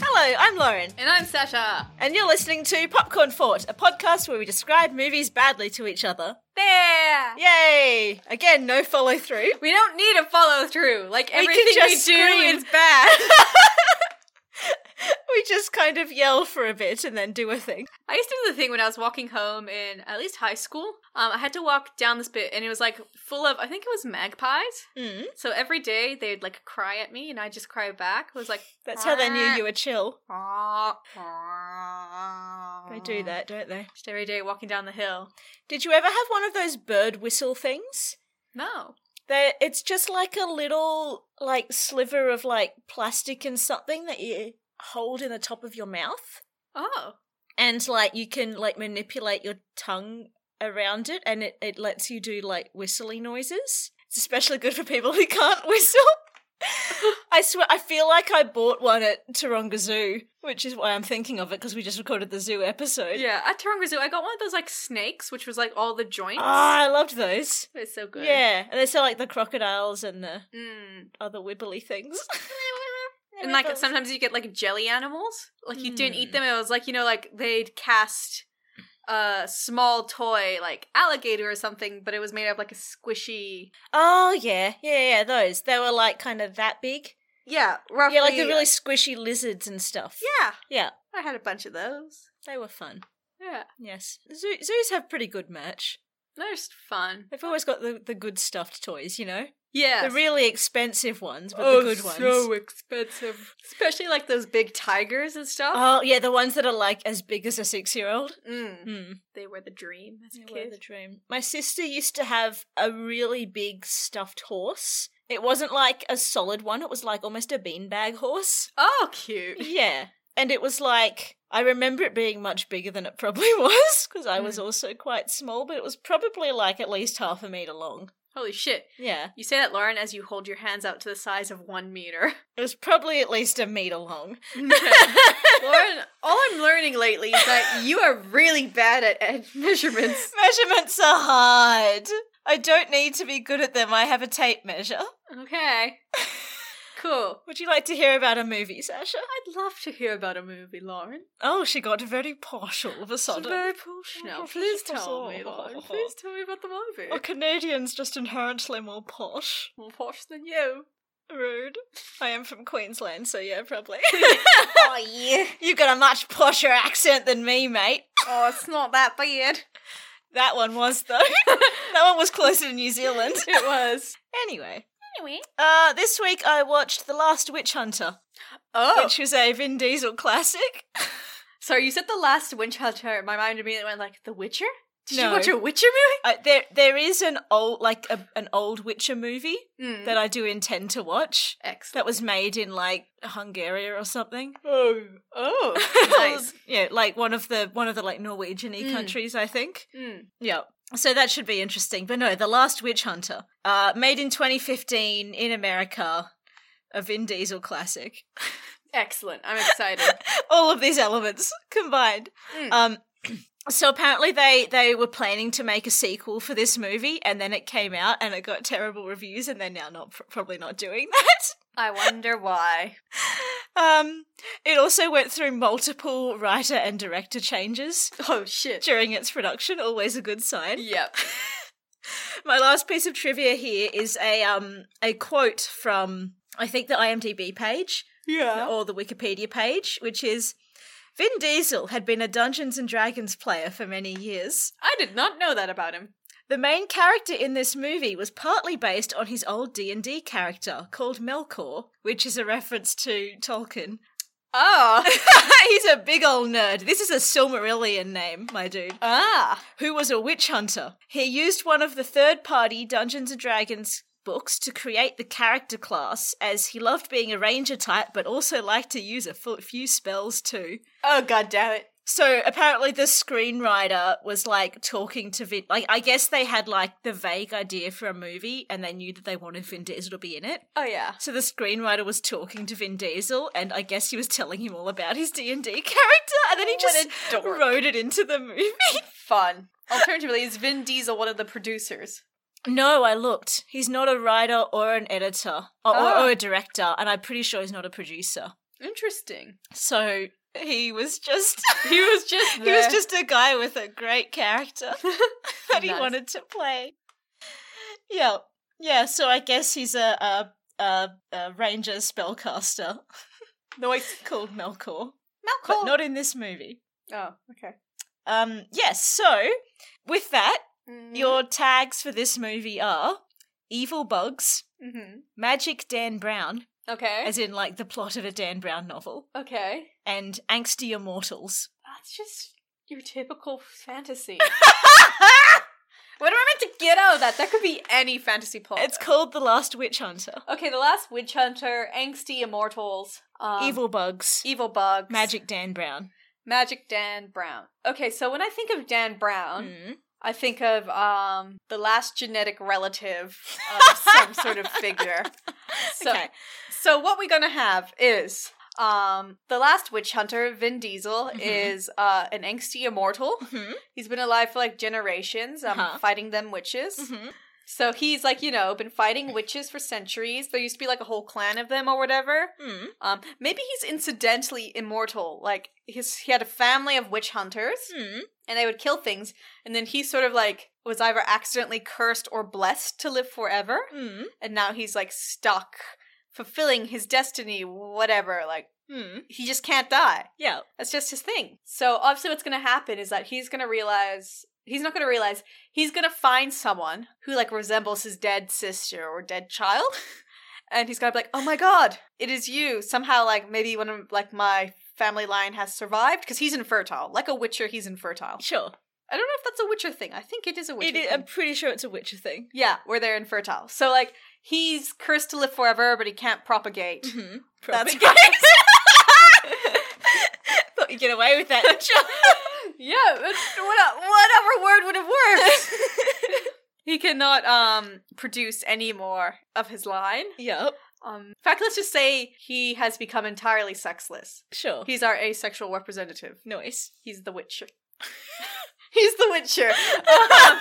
Hello, I'm Lauren, And I'm Sasha. and you're listening to Popcorn Fort, a podcast where we describe movies badly to each other. There. Yay! Again, no follow through. We don't need a follow through. Like everything we we, can just do scream. is bad. we just kind of yell for a bit and then do a thing. I used to do the thing when I was walking home in at least high school. Um, I had to walk down this bit, and it was like full of I think it was magpies. Mm, So every day they'd like cry at me, and I just cry back. It was like that's how they knew you were chill. They I do that, don't they? just every day walking down the hill. Did you ever have one of those bird whistle things? No, They, it's just like a little like sliver of like plastic and something that you hold in the top of your mouth. oh, and like you can like manipulate your tongue around it and it, it lets you do like whistly noises it's especially good for people who can't whistle i swear i feel like i bought one at taronga zoo which is why i'm thinking of it because we just recorded the zoo episode yeah. At Taronga Zoo, I got one of those like snakes, which was like all the joints. Ah, i loved those It's so good. yeah and they sell like the crocodiles and the Mm. other wibbly things And like sometimes you get like jelly animals. Like you didn't eat them. It was like you know like they'd cast a small toy like alligator or something, but it was made of like a squishy. oh yeah yeah yeah those they were like kind of that big Yeah, roughly. yeah like the really squishy lizards and stuff Yeah, yeah I had a bunch of those. they were fun Yeah, Yes. Zoo- zoos have pretty good merch. they're just fun. They've always got the, the good stuffed toys, you know? Yeah, The really expensive ones, but the good ones. Oh, so expensive, especially like those big tigers and stuff. Oh, yeah, the ones that are like as big as a six year old. Mm. Mm. They were the dream as a They were kid. the dream. My sister used to have a really big stuffed horse. It wasn't like a solid one, it was like almost a beanbag horse. oh, cute. Yeah. And it was like, I remember it being much bigger than it probably was, because I Mm. was also quite small, but it was probably like at least half a meter long. Holy shit! Yeah. You say that, Lauren, as you hold your hands out to the size of one meter. It was probably at least a meter long. Lauren, all I'm learning lately is that you are really bad at, at measurements. Measurements are hard. I don't need to be good at them. I have a tape measure. Okay. Cool. Would you like to hear about a movie, Sasha? I'd love to hear about a movie, Lauren. Oh, she got very posh all of a It's sudden. very posh now. Please tell me, Lauren. Please tell me about the movie. Are Canadians just inherently more posh? More posh than you. Rude. I am from Queensland, so yeah, probably. oh, yeah. You've got a much posher accent than me, mate. Oh, it's not that bad. That one was, though. that one was closer to New Zealand. It was. Anyway, Anyway. uh, this week I watched The Last Witch Hunter. Oh. which was a Vin Diesel classic. Sorry, you said the last Winchester. My mind immediately went like, The Witcher? Did No. you watch a Witcher movie? Uh, there, there is an old, like a, an old Witcher movie Mm. that I do intend to watch. Excellent. That was made in like Hungary or something. Oh. Oh. nice. yeah, like one of the one of the like Norwegian y Mm. countries, I think. Mm. Yeah. So that should be interesting. But no, The Last Witch Hunter, uh, made in 2015 in America, a Vin Diesel classic. Excellent. I'm excited. all of these elements combined. Mm. Um, so apparently they they were planning to make a sequel for this movie, and then it came out and it got terrible reviews, and they're now not probably not doing that. I wonder why. Um, it also went through multiple writer and director changes Oh shit. during its production. Always a good sign. Yep. My last piece of trivia here is a um a quote from I think the IMDb page. Yeah. or the Wikipedia page, which is Vin Diesel had been a Dungeons and Dragons player for many years. I did not know that about him. The main character in this movie was partly based on his old D&D character called Melkor, which is a reference to Tolkien. Oh. He's a big old nerd. This is a Silmarillion name, my dude, ah. who was a witch hunter. He used one of the third-party Dungeons and Dragons books to create the character class as he loved being a ranger type but also liked to use a fu- few spells too. Oh god damn it. So apparently, the screenwriter was like talking to Vin. Like, I guess they had like the vague idea for a movie, and they knew that they wanted Vin Diesel to be in it. Oh yeah. So the screenwriter was talking to Vin Diesel, and I guess he was telling him all about his D and D character, and then he Oh, What just a dork. wrote it into the movie. Fun. Alternatively, is Vin Diesel one of the producers? No, I looked. He's not a writer or an editor or, or- Oh. or a director, and I'm pretty sure he's not a producer. Interesting. So he was just He was just he was there. just a guy with a great character that he Nice. wanted to play. Yeah, yeah. So I guess he's a a, a, a ranger spellcaster noise. called Melkor, Malcolm. but not in this movie. oh, okay. Um, yes. So with that, Mm-hmm. Mm. your tags for this movie are evil bugs, hmm magic Dan Brown, okay. as in like the plot of a Dan Brown novel, okay. and angsty immortals. That's just your typical fantasy. what am I meant to get out of that? That could be any fantasy plot. It's called The Last Witch Hunter. okay. The last witch hunter, angsty immortals, um, evil bugs, evil bugs, magic Dan Brown. magic Dan Brown. Okay, so when I think of Dan Brown, Mm. I think of um the last genetic relative of some sort of figure. So, okay. so what we're gonna have is um the last witch hunter, Vin Diesel, Mhm. is uh an angsty immortal. Mhm, He's been alive for like generations, um, Uh-huh. fighting them witches. mhm. So he's like, you know, been fighting witches for centuries. There used to be like a whole clan of them or whatever. Mm. Um, maybe he's incidentally immortal. Like his, he had a family of witch hunters, Mm. and they would kill things. And then he sort of like was either accidentally cursed or blessed to live forever, Mm. and now he's like stuck fulfilling his destiny. Whatever, like Mm. he just can't die. Yeah. That's just his thing. So obviously, what's going to happen is that he's going to realize he's not going to realize he's going to find someone who like resembles his dead sister or dead child, and he's going to be like, "Oh my god, it is you!" Somehow, like maybe one of like my family line has survived because he's infertile. Like a witcher, he's infertile. Sure. I don't know if that's a witcher thing. I think it is um, a witcher. It, i- thing. I'm pretty sure it's a Witcher thing. yeah, where they're infertile. So like he's cursed to live forever, but he can't propagate. Mm-hmm. That's Thought you'd get away with that. didn't you? yeah, but what, what other word would have worked? he cannot um produce any more of his line. yep. Um, in fact, let's just say he has become entirely sexless. Sure. He's our asexual representative. Noise. He's the Witcher. he's the Witcher. Um,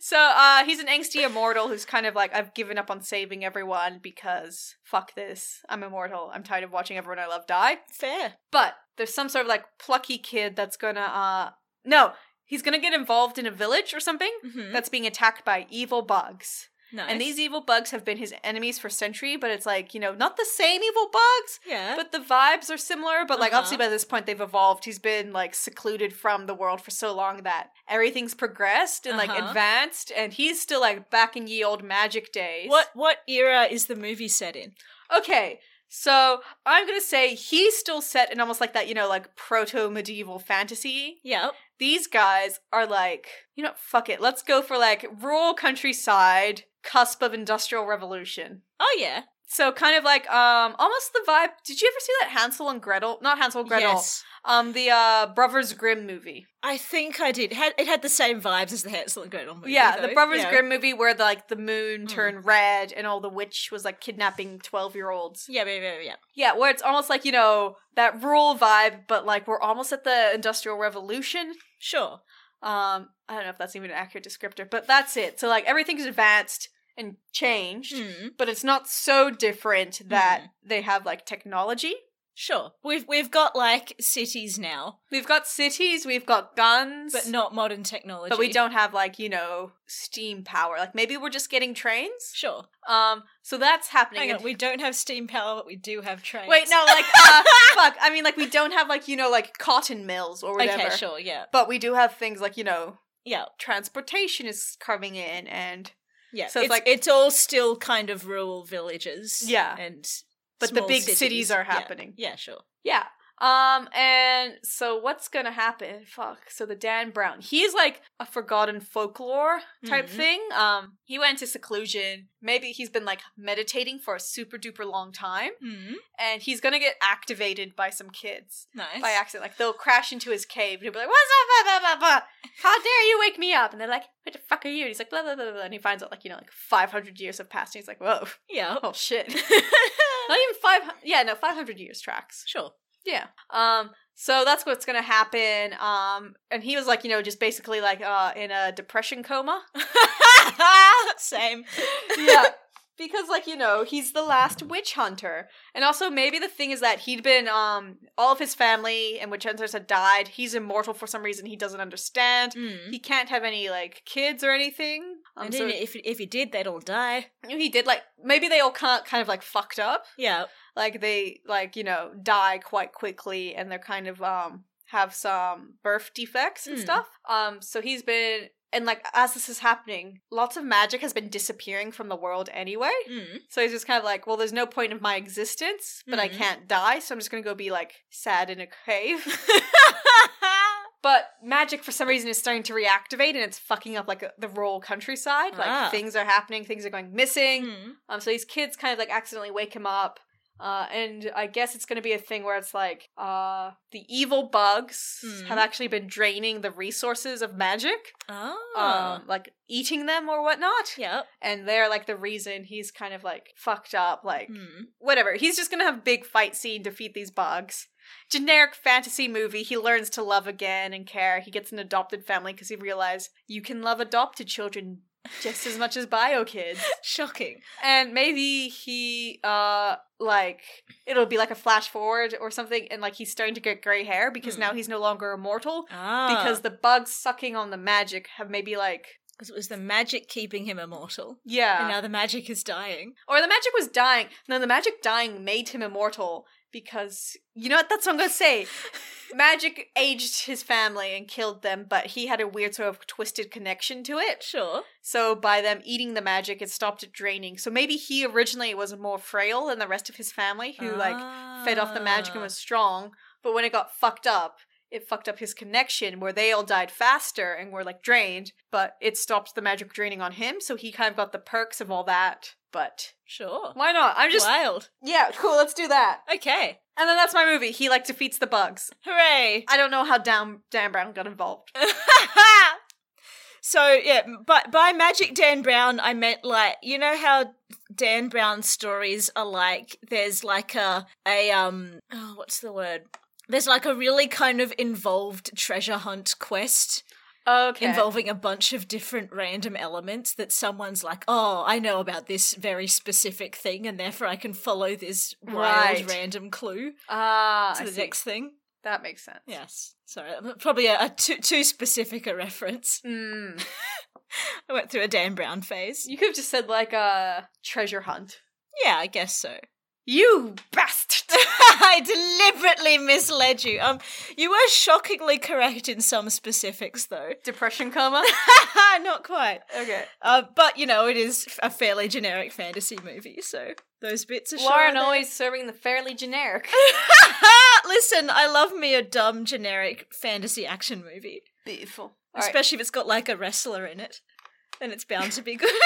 so uh, he's an angsty immortal who's kind of like, I've given up on saving everyone because fuck this. I'm immortal. I'm tired of watching everyone I love die. Fair. But there's some sort of like plucky kid that's gonna uh no, he's gonna get involved in a village or something Mm-hmm. that's being attacked by evil bugs. nice. And these evil bugs have been his enemies for century, but it's like, you know, not the same evil bugs, yeah. but the vibes are similar, but like Uh-huh. obviously by this point they've evolved. He's been like secluded from the world for so long that everything's progressed and like Uh-huh. advanced and he's still like back in ye old magic days. what what era is the movie set in? Okay, so I'm gonna say he's still set in almost like that, you know, like proto medieval fantasy. Yep. These guys are like, you know, fuck it, let's go for like rural countryside, cusp of industrial revolution. Oh yeah. So kind of like um almost the vibe. Did you ever see that Hansel and Gretel? Not Hansel and Gretel. Yes. Um the uh Brothers Grimm movie. I think I did. Had, it had the same vibes as the Hansel and Gretel movie. yeah, though. the Brothers Oh, Yeah. Grimm movie where the, like the moon Mm. turned red and all the witch was like kidnapping 12-year-olds. Yeah, yeah, yeah, yeah. Yeah, where it's almost like, you know, that rural vibe, but like we're almost at the Industrial Revolution. Sure. Um, I don't know if that's even an accurate descriptor, but that's it. So like everything's advanced and changed, Mm, but it's not so different that Hmm. they have like technology. sure. We've we've got like cities now, We've got cities, we've got guns, but not modern technology. but we don't have like, you know, steam power. Like maybe we're just getting trains. Sure. Um, so that's happening. Hang And- on. We don't have steam power, but we do have trains. Wait, no, like uh, fuck. I mean like we don't have like, you know, like cotton mills or whatever. Okay. Sure. Yeah. But we do have things like, you know, Yeah. transportation is coming in and Yeah. So So it's it's, like- like it's all still kind of rural villages. Yeah. And but the small big cities, are Yeah. happening. Yeah. Sure. Yeah. Um and so what's going to happen? Fuck. So the Dan Brown, he's like a forgotten folklore type Mhm. thing. Um he went into seclusion. Maybe he's been like meditating for a super duper long time Mm, and he's going to get activated by some kids. nice. By accident, like they'll crash into his cave and he'll be like, "What's up? Blah, blah, blah, blah. How dare you wake me up?" And they're like, "What the fuck are you?" And he's like, "Blah blah blah blah." And he finds out like you know, like five hundred years have passed. And he's like, "Whoa, yeah. oh shit!" Not even five. Yeah, no, five hundred years tracks. sure. Yeah. Um. So that's what's gonna happen. Um. And he was like, you know, just basically like, uh, in a depression coma. Same. yeah. because like you know he's the last witch hunter and also maybe the thing is that he'd been um all of his family and witch hunters had died he's immortal for some reason he doesn't understand Mm. he can't have any like kids or anything um, and so then if if he did, they'd all die. he did like maybe they all kind kind of like fucked up Yeah. like they like you know die quite quickly and they're kind of um have some birth defects and Mm. stuff um so he's been and like as this is happening lots of magic has been disappearing from the world anyway Mm. so he's just kind of like, well, there's no point of my existence, but I Mhm. can't die, so I'm just gonna go be like sad in a cave. but magic, for some reason, is starting to reactivate, and it's fucking up like the rural countryside. Ah. Like things are happening, things are going missing. Mm. Um, so these kids kind of like accidentally wake him up. Uh, and I guess it's going to be a thing where it's like uh, the evil bugs Mm. have actually been draining the resources of magic, Oh. um, like eating them or whatnot. Yep. And they're like the reason he's kind of like fucked up, like Mm. whatever. He's just gonna have big fight scene, defeat these bugs. Generic fantasy movie. He learns to love again and care. He gets an adopted family because he realized you can love adopted children just as much as bio kids. Shocking. And maybe he uh like it'll be like a flash forward or something, and like he's starting to get gray hair because Hmm. now he's no longer immortal Ah. because the bugs sucking on the magic have maybe like because it was the magic keeping him immortal, yeah and now the magic is dying. Or the magic was dying. No, the magic dying made him immortal because you know what? That's what I'm gonna say. magic aged his family and killed them, but he had a weird sort of twisted connection to it. Sure. So by them eating the magic, it stopped it draining. So maybe he originally was more frail than the rest of his family, who like fed off the magic and Ah. was strong. But when it got fucked up, it fucked up his connection where they all died faster and were like drained, but it stopped the magic draining on him, so he kind of got the perks of all that. But sure. why not? I'm just Wild. yeah, cool. Let's do that. Okay. And then that's my movie. He like defeats the bugs. Hooray. I don't know how Dan Dan Brown got involved. so yeah, but by magic Dan Brown, I meant like you know how Dan Brown stories are like there's like a a um oh, what's the word. There's like a really kind of involved treasure hunt quest Okay. involving a bunch of different random elements that someone's like, oh, I know about this very specific thing, and therefore I can follow this wild Right. random clue Ah, to I the see. next thing. That makes sense. Yes, sorry, I'm probably a, a too too specific a reference. Mm. I went through a Dan Brown phase. You could have just said like a uh, treasure hunt. Yeah, I guess so. You bastard. I deliberately misled you. Um, you were shockingly correct in some specifics, though. Depression coma. Not quite. Okay. Uh, but you know, it is a fairly generic fantasy movie, so those bits are. Lauren sure there. always serving the fairly generic. Listen, I love me a dumb generic fantasy action movie, Beautiful. All right. especially if it's got like a wrestler in it, then it's bound to be good.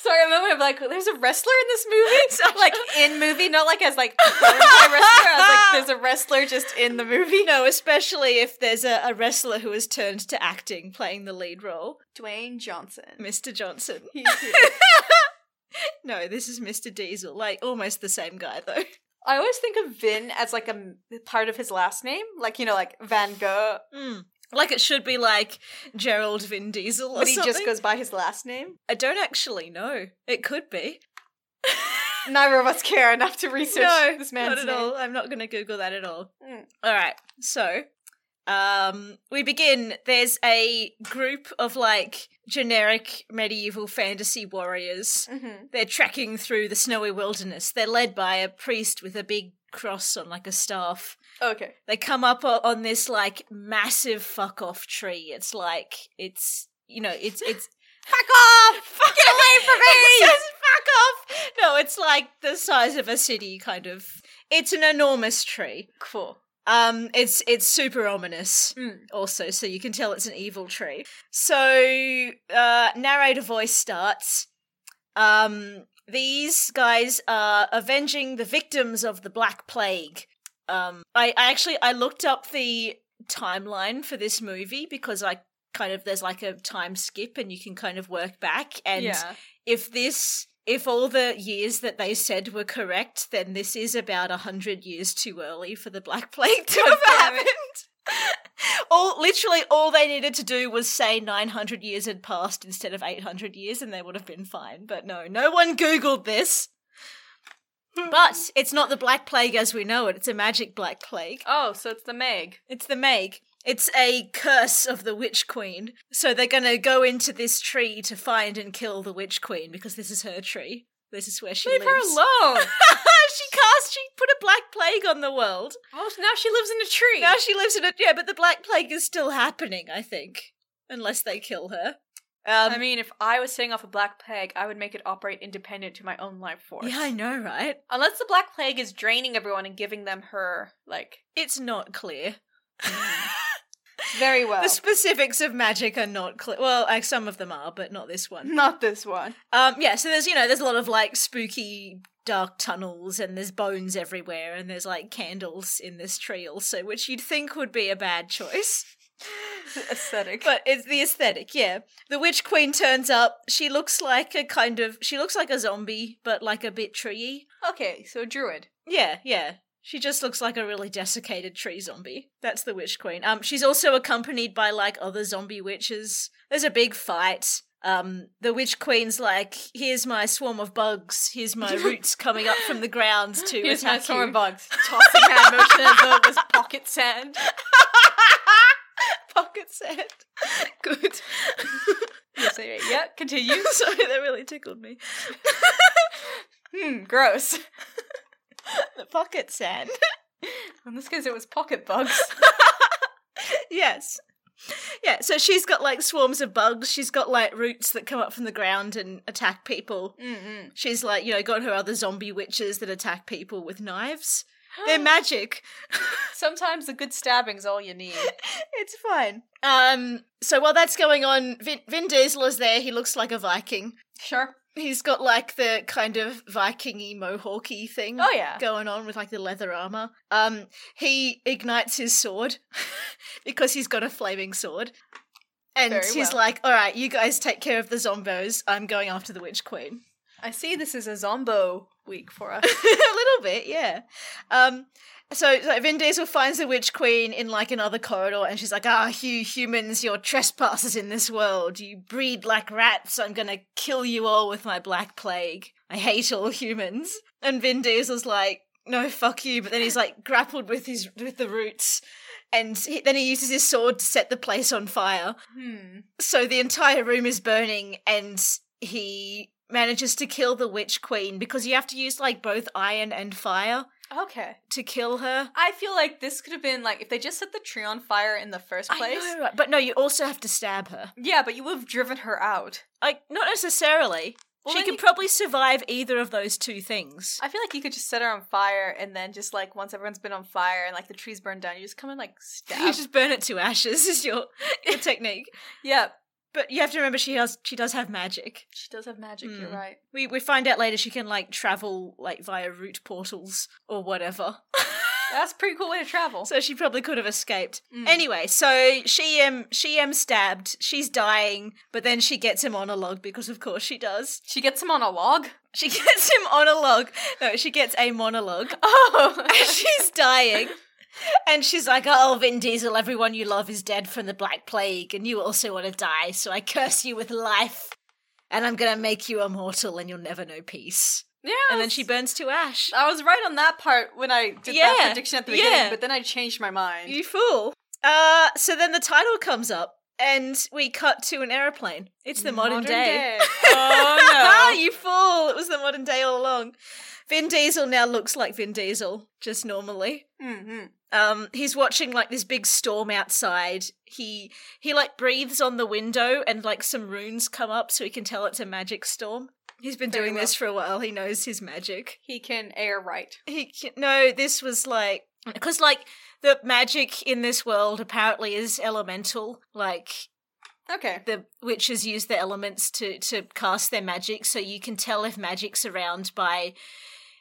Sorry, a moment of like, there's a wrestler in this movie. like in movie, not like as like performed by a wrestler. I was like, there's a wrestler just in the movie. no, especially if there's a, a wrestler who has turned to acting, playing the lead role, Dwayne Johnson. Mr. Johnson. He's here. No, this is Mr. Diesel, like almost the same guy though. I always think of Vin as like a m- part of his last name, like you know, like Van Gogh, Mm. Like it should be like Gerald Vin Diesel, or but he just something. goes by his last name. I don't actually know. It could be. Neither of us care enough to research No, this man's Not at name. all. I'm not going to Google that at all. Mm. All right. So, um, we begin. There's a group of like generic medieval fantasy warriors. Mhm. They're trekking through the snowy wilderness. They're led by a priest with a big cross on like a staff. Okay, They come up o- on this like massive fuck off tree. It's like it's you know it's it's fuck off! Fuck Get away from It me! says fuck off! No, it's like the size of a city, kind of. It's an enormous tree. Cool. Um, it's it's super ominous, Mm. also, so you can tell it's an evil tree. So, uh, narrator voice starts. Um, these guys are avenging the victims of the Black Plague. Um, I, I actually I looked up the timeline for this movie because I kind of there's like a time skip and you can kind of work back and yeah, if this if all the years that they said were correct, then this is about a hundred years too early for the Black Plague to have damn it. happened. all literally all they needed to do was say 900 years had passed instead of 800 years and they would have been fine. But no, no one googled this. But it's not the Black Plague as we know it. It's a magic Black Plague. Oh, so it's the Meg. It's the Meg. It's a curse of the Witch Queen. So they're going to go into this tree to find and kill the Witch Queen because this is her tree. This is where she Leave lives. her alone. she cast, she put a black plague on the world. well, now she lives in a tree. Now she lives in a yeah, but the Black Plague is still happening, I think, unless they kill her. Um, I mean, if I was setting off a black plague, I would make it operate independent to my own life force. yeah, I know, right? Unless the black plague is draining everyone and giving them her like It's not clear. very well. The specifics of magic are not clear. Well, like, some of them are, but not this one. Not this one. Um, yeah, so there's you know there's a lot of like spooky dark tunnels and there's bones everywhere and there's like candles in this tree also, which you'd think would be a bad choice. Aesthetic. But it's the aesthetic, yeah. The witch queen turns up. She looks like a kind of she looks like a zombie, but like a bit treey. okay, so druid. Yeah, yeah. She just looks like a really desiccated tree zombie. That's the witch queen. Um, she's also accompanied by like other zombie witches. There's a big fight. Um, the witch queen's like, "Here's my swarm of bugs. Here's my roots coming up from the ground to Here's my attack storm you." bugs. Tossing hand motion as though it was pocket sand. Pocket sand. Good. Yes, anyway, yeah, continue. Sorry, that really tickled me. Hmm, gross. The pocket sand. In this case, it was pocket bugs. yes. Yeah, so she's got like swarms of bugs. She's got like roots that come up from the ground and attack people. Mm-mm. She's like, you know, got her other zombie witches that attack people with knives. They're magic. Sometimes the good stabbing's all you need. It's fine. Um, so while that's going on, Vin, Vin Diesel is there. He looks like a Viking. Sure. He's got like the kind of Vikingy mohawky thing Oh yeah. going on with like the leather armor. Um, he ignites his sword because he's got a flaming sword. And Very he's well. like, all right, you guys take care of the zombos. I'm going after the Witch Queen. I see this is a zombo week for us. a little bit, yeah. Um, so like, Vin Diesel finds the Witch Queen in like another corridor, and she's like, "Ah, you humans, you're trespassers in this world. You breed like rats. I'm gonna kill you all with my black plague. I hate all humans." And Vin Diesel's like, "No, fuck you!" But then he's like grappled with his with the roots, and he, then he uses his sword to set the place on fire. hmm. So the entire room is burning, and he manages to kill the witch queen because you have to use like both iron and fire Okay. to kill her. I feel like this could have been like if they just set the tree on fire in the first place. I know, right? but no, you also have to stab her. Yeah, but you would have driven her out. Like, not necessarily. Well, she then could you- probably survive either of those two things. I feel like you could just set her on fire and then just like once everyone's been on fire and like the tree's burned down, you just come and like You stab. just burn it to ashes is your, your technique. yeah. But you have to remember she has she does have magic. She does have magic, you're Hmm. right. We we find out later she can like travel like via root portals or whatever. That's a pretty cool way to travel. So she probably could have escaped. Mm. Anyway, so she um she um stabbed. She's dying, but then she gets him on a log because of course she does. she gets him on a log. She gets him on a log. No, she gets a monologue. Oh And she's dying. And she's like, "Oh, Vin Diesel, everyone you love is dead from the Black Plague, and you also want to die. So I curse you with life, and I'm gonna make you immortal, and you'll never know peace." Yeah. And then she burns to ash. I was right on that part when I did that Yeah, prediction at the yeah. beginning, but then I changed my mind. You fool. Uh, so then the title comes up, and we cut to an aeroplane. It's the modern, day. Mm, Oh no. you fool! It was the modern day all along. Vin Diesel now looks like Vin Diesel, just normally. mm-hmm. Um, he's watching like this big storm outside. He he like breathes on the window, and like some runes come up, so he can tell it's a magic storm. He's been Very doing this for a while. He knows his magic. He can air right. He no, this was like because like the magic in this world apparently is elemental. Like Okay. the witches use the elements to to cast their magic, so you can tell if magic's around by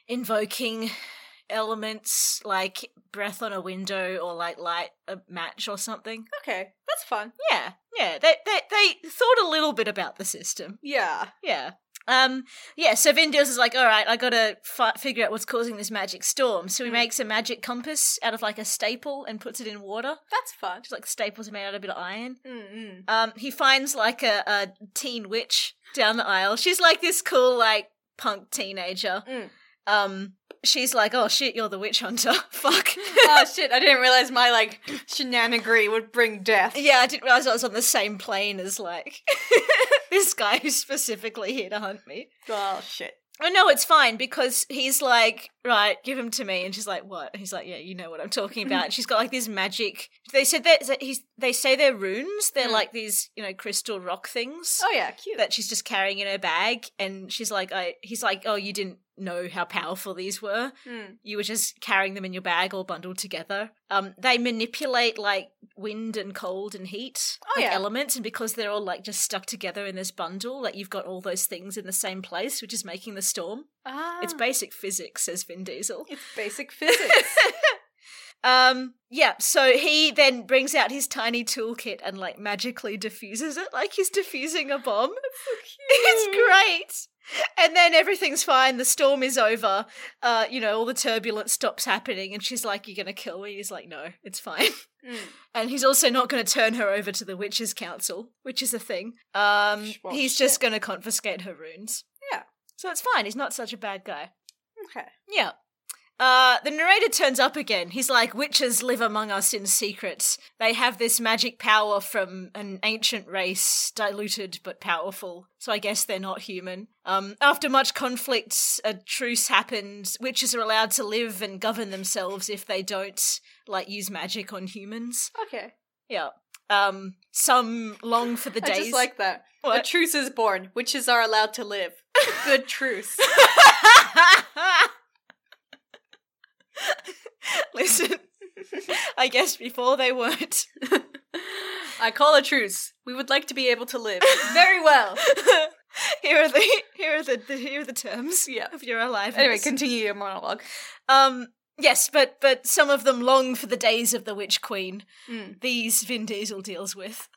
invoking elements like breath on a window or like light a match or something. Okay. That's fun. Yeah, yeah. They they they thought a little bit about the system. Yeah. Yeah. Um, yeah, so Vin Diesel's is like, all right, I gotta fi- figure out what's causing this magic storm. So he Mm. makes a magic compass out of like a staple and puts it in water. That's fun. Just like staples are made out of a bit of iron. Mm-mm. Um, he finds like a, a teen witch down the aisle. She's like this cool, like punk teenager. Mm. Um, she's like, oh shit, you're the witch hunter. Fuck. oh shit! I didn't realize my like shenanigans would bring death. yeah, I didn't realize I was on the same plane as like this guy who's specifically here to hunt me. Oh shit! Oh no, it's fine because he's like, right, give him to me, and she's like, what? And he's like, yeah, you know what I'm talking about. And she's got like this magic. They said that that he's. They say they're runes. They're Mm. like these, you know, crystal rock things Oh yeah, cute. that she's just carrying in her bag. And she's like, I. He's like, oh, you didn't know how powerful these were. Mm. You were just carrying them in your bag, all bundled together. Um, they manipulate like wind and cold and heat, Oh, like, yeah. elements, and because they're all like just stuck together in this bundle, like you've got all those things in the same place, which is making the storm. Ah, It's basic physics, says Vin Diesel. it's basic physics. Um, yeah, so he then brings out his tiny toolkit and like magically diffuses it like he's diffusing a bomb. It's great. And then everything's fine, the storm is over. Uh, you know, all the turbulence stops happening and she's like, You're gonna kill me? He's like, No, it's fine. Mm. And he's also not gonna turn her over to the witches council, which is a thing. Um Well, he's shit. just gonna confiscate her runes. Yeah. So it's fine, he's not such a bad guy. Okay. Yeah. Uh, the narrator turns up again. He's like, Witches live among us in secret. They have this magic power from an ancient race, diluted but powerful. So I guess they're not human. Um, after much conflict, a truce happens. Witches are allowed to live and govern themselves if they don't, like, use magic on humans. Okay. Yeah. Um, some long for the I days. just like that. A What? truce is born. Witches are allowed to live. Good truce. Listen, I guess before they weren't. I call a truce. We would like to be able to live. Very well. here are the here are the, the here are the terms Yeah. of your aliveness. Anyway, continue your monologue. um, yes, but but some of them long for the days of the Witch Queen. Mm. These Vin Diesel deals with.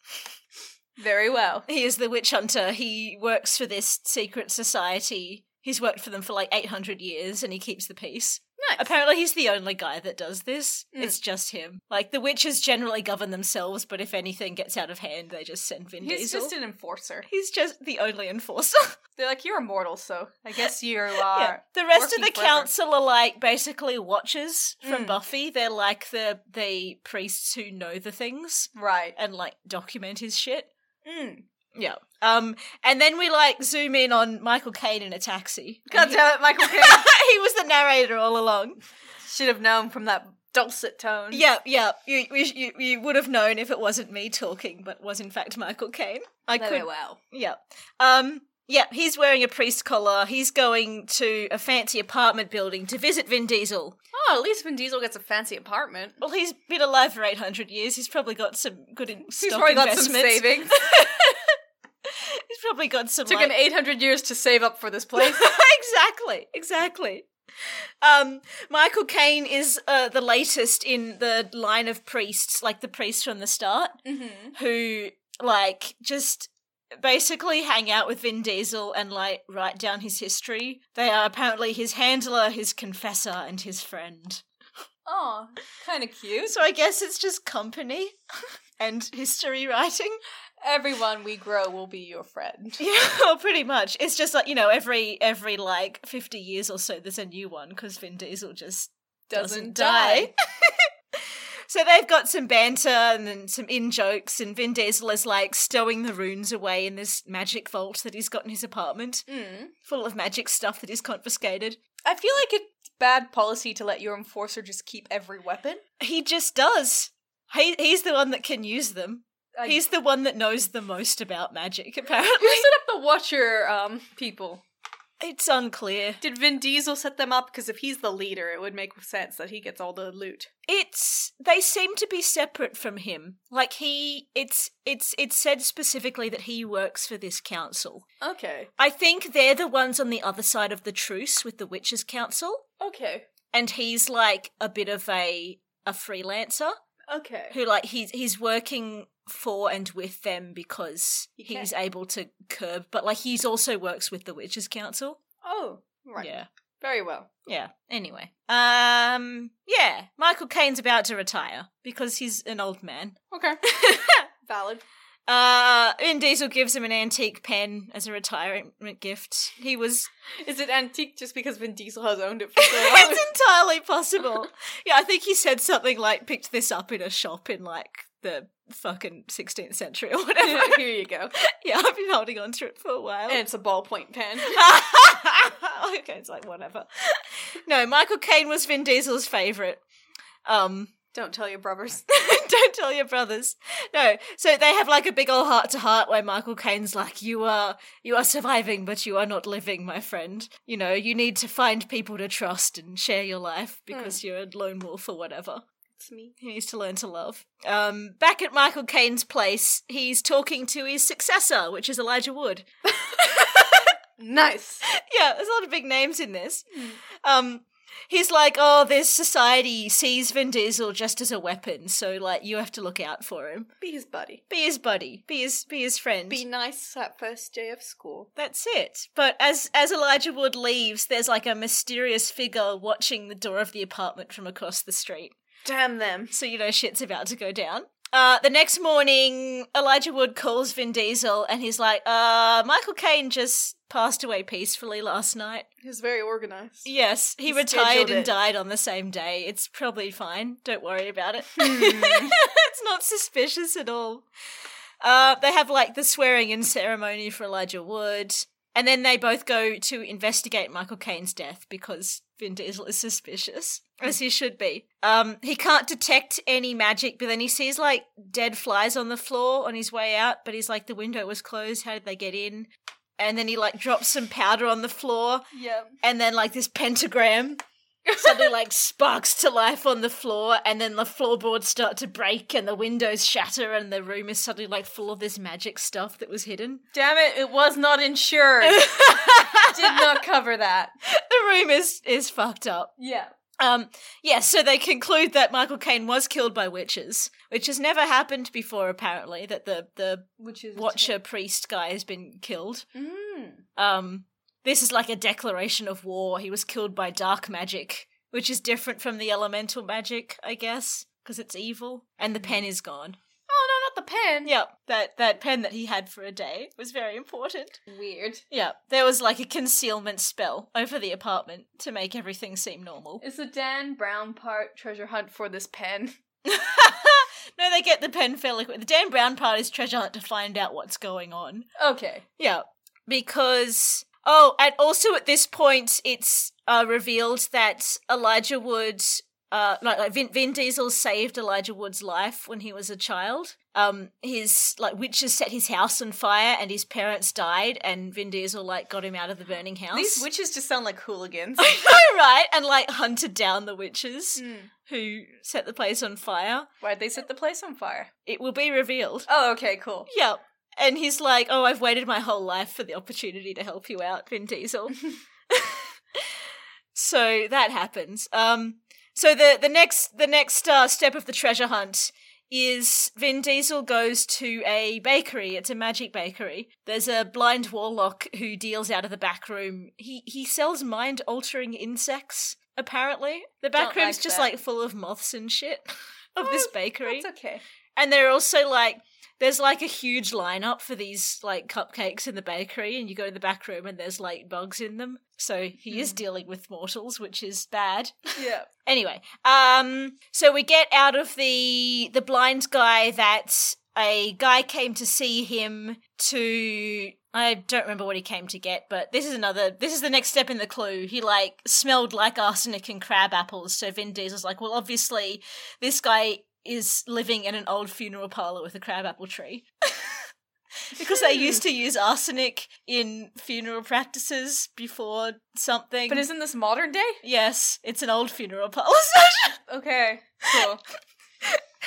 Very well. He is the witch hunter. He works for this secret society. He's worked for them for like eight hundred years, and he keeps the peace. Nice. Apparently, he's the only guy that does this. Mm. It's just him. Like the witches generally govern themselves, but if anything gets out of hand, they just send Vin He's Diesel. just an enforcer. he's just the only enforcer. They're like, you're immortal, so I guess you are. Yeah. The rest of working the clever. council are like basically watchers from Mm. Buffy. They're like the the priests who know the things Right. and like document his shit. Mm. Yeah. Um. And then we like zoom in on Michael Caine in a taxi. God And he- damn it, Michael Caine. he was the narrator all along. Should have known from that dulcet tone. Yeah, yeah. You, you, you, you would have known if it wasn't me talking, but was in fact Michael Caine. I Very could. oh well. Yeah. Um. Yeah. He's wearing a priest collar. He's going to a fancy apartment building to visit Vin Diesel. Oh, at least Vin Diesel gets a fancy apartment. Well, he's been alive for eight hundred years. He's probably got some good in- stock He's probably got some investments. savings. He's probably got some. Took like- him 800 years to save up for this place. exactly, exactly. Um, Michael Caine is uh, the latest in the line of priests, like the priests from the start, mm-hmm. who like just basically hang out with Vin Diesel and like write down his history. They are apparently his handler, his confessor, and his friend. Oh, kind of cute. So I guess it's just company and history writing. Everyone we grow will be your friend. Yeah, well, pretty much. It's just like you know, every every like fifty years or so, there's a new one because Vin Diesel just Doesn't die. so they've got some banter and then some in jokes, and Vin Diesel is like stowing the runes away in this magic vault that he's got in his apartment, Mm. full of magic stuff that he's confiscated. I feel like it's bad policy to let your enforcer just keep every weapon. He just does. He, he's the one that can use them. I- He's the one that knows the most about magic, Who apparently. set up the Watcher um, people? it's unclear. Did Vin Diesel set them up? Because if he's the leader, it would make sense that he gets all the loot. It's they seem to be separate from him. Like he it's it's it's said specifically that he works for this council. Okay. I think they're the ones on the other side of the truce with the Witches Council, Okay. and he's like a bit of a a freelancer Okay. who like he's he's working for and with them because You can't- he's able to curb, but like he's also works with the Witches Council. Oh, right. Yeah. Very well. Yeah. Anyway. Um yeah, Michael Caine's about to retire because he's an old man. Okay. Valid. Uh Vin Diesel gives him an antique pen as a retirement gift. He was Is it antique just because Vin Diesel has owned it for so long? It's entirely possible. Yeah, I think he said something like picked this up in a shop in like the fucking 16th century or whatever. Yeah, Here you go. yeah, I've been holding on to it for a while. And it's a ballpoint pen. okay, it's like whatever. No, Michael Caine was Vin Diesel's favorite. Um, Don't tell your brothers. don't tell your brothers. No, so they have like a big old heart to heart where Michael Caine's like, "You are you are surviving, but you are not living, my friend. You know, you need to find people to trust and share your life because you're a lone wolf or whatever." It's me. He needs to learn to love. Um, back at Michael Caine's place, he's talking to his successor, which is Elijah Wood. Nice. yeah, there's a lot of big names in this. Um, he's like, oh, this society sees Vin Diesel just as a weapon, so like you have to look out for him. Be his buddy. Be his buddy. Be his be his friend. Be nice that first day of school. That's it. But as as Elijah Wood leaves, there's like a mysterious figure watching the door of the apartment from across the street. Damn them. So you know shit's about to go down. Uh, the next morning, Elijah Wood calls Vin Diesel and he's like, uh, Michael Caine just passed away peacefully last night. He's very organized. Yes, he He retired scheduled and it. died on the same day. It's probably fine. Don't worry about it. Hmm. it's not suspicious at all. Uh, they have like the swearing in ceremony for Elijah Wood. And then they both go to investigate Michael Caine's death because Vin Diesel is suspicious, as he should be. Um, he can't detect any magic, but then he sees like dead flies on the floor on his way out, but he's like, the window was closed. How did they get in? And then he like drops some powder on the floor Yeah. and then like this pentagram suddenly like sparks to life on the floor and then the floorboards start to break and the windows shatter and the room is suddenly like full of this magic stuff that was hidden Damn it, it was not insured. Did not cover that. the room is is fucked up Yeah. um yes so they conclude that michael caine was killed by witches which has never happened before apparently that the the Which is watcher priest guy has been killed Mm. um this is like a declaration of war he was killed by dark magic which is different from the elemental magic i guess because it's evil and the pen is gone Oh no, not the pen. yep that that pen that he had for a day was very important Weird. yeah there was like a concealment spell over the apartment to make everything seem normal It's the Dan Brown part treasure hunt for this pen. no they get the pen fairly quick the dan brown part is treasure hunt to find out what's going on Okay. Yeah, because oh, and also at this point, it's uh, revealed that Elijah Wood, uh, like, like Vin, Vin Diesel saved Elijah Wood's life when he was a child. Um, his like witches set his house on fire, and his parents died, and Vin Diesel like got him out of the burning house. These witches just sound like hooligans. I know, right? And like hunted down the witches Mm. who set the place on fire. Why'd they set the place on fire? It will be revealed. Oh, okay, cool. Yeah. And he's like, Oh, I've waited my whole life for the opportunity to help you out, Vin Diesel. so that happens. Um so the the next the next uh, step of the treasure hunt is Vin Diesel goes to a bakery. It's a magic bakery. There's a blind warlock who deals out of the back room. He he sells mind altering insects. Apparently, the back Don't room's like just that. like full of moths and shit of this bakery It's okay. and they're also like there's like a huge lineup for these like cupcakes in the bakery and you go to the back room and there's like bugs in them so he is Hmm. dealing with mortals which is bad Yeah. anyway um so we get out of the the blind guy that a guy came to see him to I don't remember what he came to get, but this is another. This is the next step in the clue. He like smelled like arsenic and crab apples. So Vin Diesel's like, well, obviously this guy is living in an old funeral parlor with a crabapple tree. because they used to use arsenic in funeral practices before something. But isn't this modern day? Yes, it's an old funeral policy. Okay. Cool.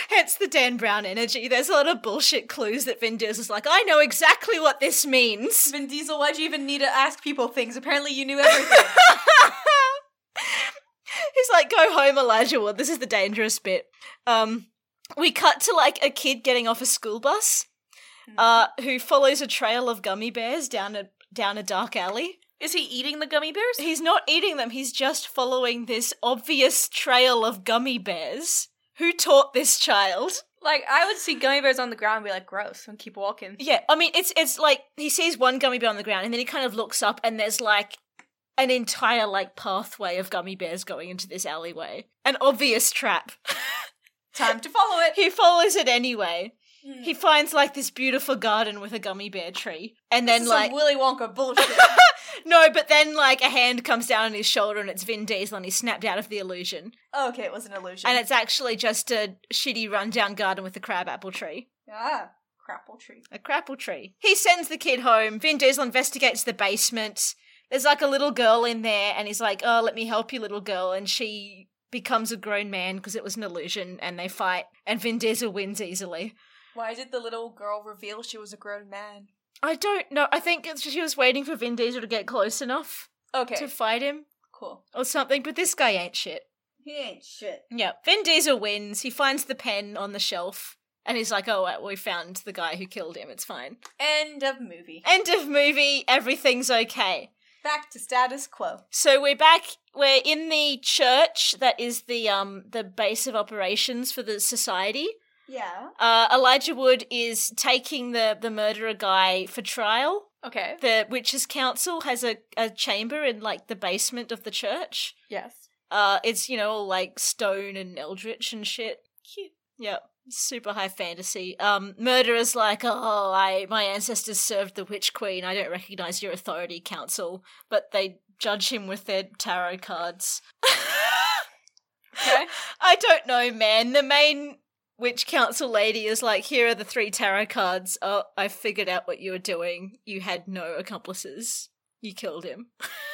Hence the Dan Brown energy. There's a lot of bullshit clues that Vin Diesel's like, I know exactly what this means. Vin Diesel, why'd you even need to ask people things? Apparently you knew everything. He's like, go home, Elijah Wood. This is the dangerous bit. Um, we cut to like a kid getting off a school bus, uh, who follows a trail of gummy bears down a down a dark alley. Is he eating the gummy bears? He's not eating them. He's just following this obvious trail of gummy bears. Who taught this child? Like I would see gummy bears on the ground and be like, gross, and keep walking. Yeah, I mean it's it's like he sees one gummy bear on the ground and then he kind of looks up and there's like an entire like pathway of gummy bears going into this alleyway. An obvious trap. Time to follow it. he follows it anyway. Hmm. He finds like this beautiful garden with a gummy bear tree. And then This is some like Willy Wonka bullshit. no, but then like a hand comes down on his shoulder and it's Vin Diesel and he's snapped out of the illusion. oh, okay, it was an illusion. And it's actually just a shitty rundown garden with a crabapple tree. ah, crapple tree. A crapple tree. He sends the kid home. Vin Diesel investigates the basement. There's like a little girl in there, and he's like, "Oh, let me help you, little girl." And she becomes a grown man because it was an illusion, and they fight. And Vin Diesel wins easily. Why did the little girl reveal she was a grown man? I don't know. I think it's she was waiting for Vin Diesel to get close enough Okay, to fight him cool. or something. But this guy ain't shit. He ain't shit. Yeah, Vin Diesel wins. He finds the pen on the shelf, and he's like, "Oh, we found the guy who killed him. It's fine." End of movie. End of movie. Everything's okay. Back to status quo. So we're back. We're in the church that is the um the base of operations for the society. Yeah. Uh, Elijah Wood is taking the the murderer guy for trial. Okay. The witches' council has a, a chamber in like the basement of the church. Yes. Uh, it's you know all like stone and eldritch and shit. Cute. Yep. Super high fantasy. Um, murderer's like, oh, I my ancestors served the witch queen. I don't recognize your authority, council. But they judge him with their tarot cards. Okay. I don't know, man. The main witch council lady is like, here are the three tarot cards. Oh, I figured out what you were doing. You had no accomplices. You killed him.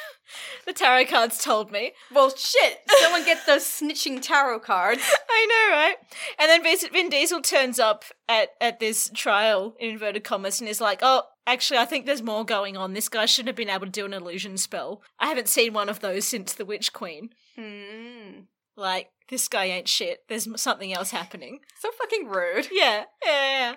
the tarot cards told me. well, shit. Someone get those snitching tarot cards. I know, right? And then Vin- Vin Diesel turns up at, at this trial, in inverted commas, and is like, oh, actually, I think there's more going on. This guy shouldn't have been able to do an illusion spell. I haven't seen one of those since the Witch Queen. Hmm. Like, this guy ain't shit. There's m- something else happening. So fucking rude. Yeah, yeah, yeah.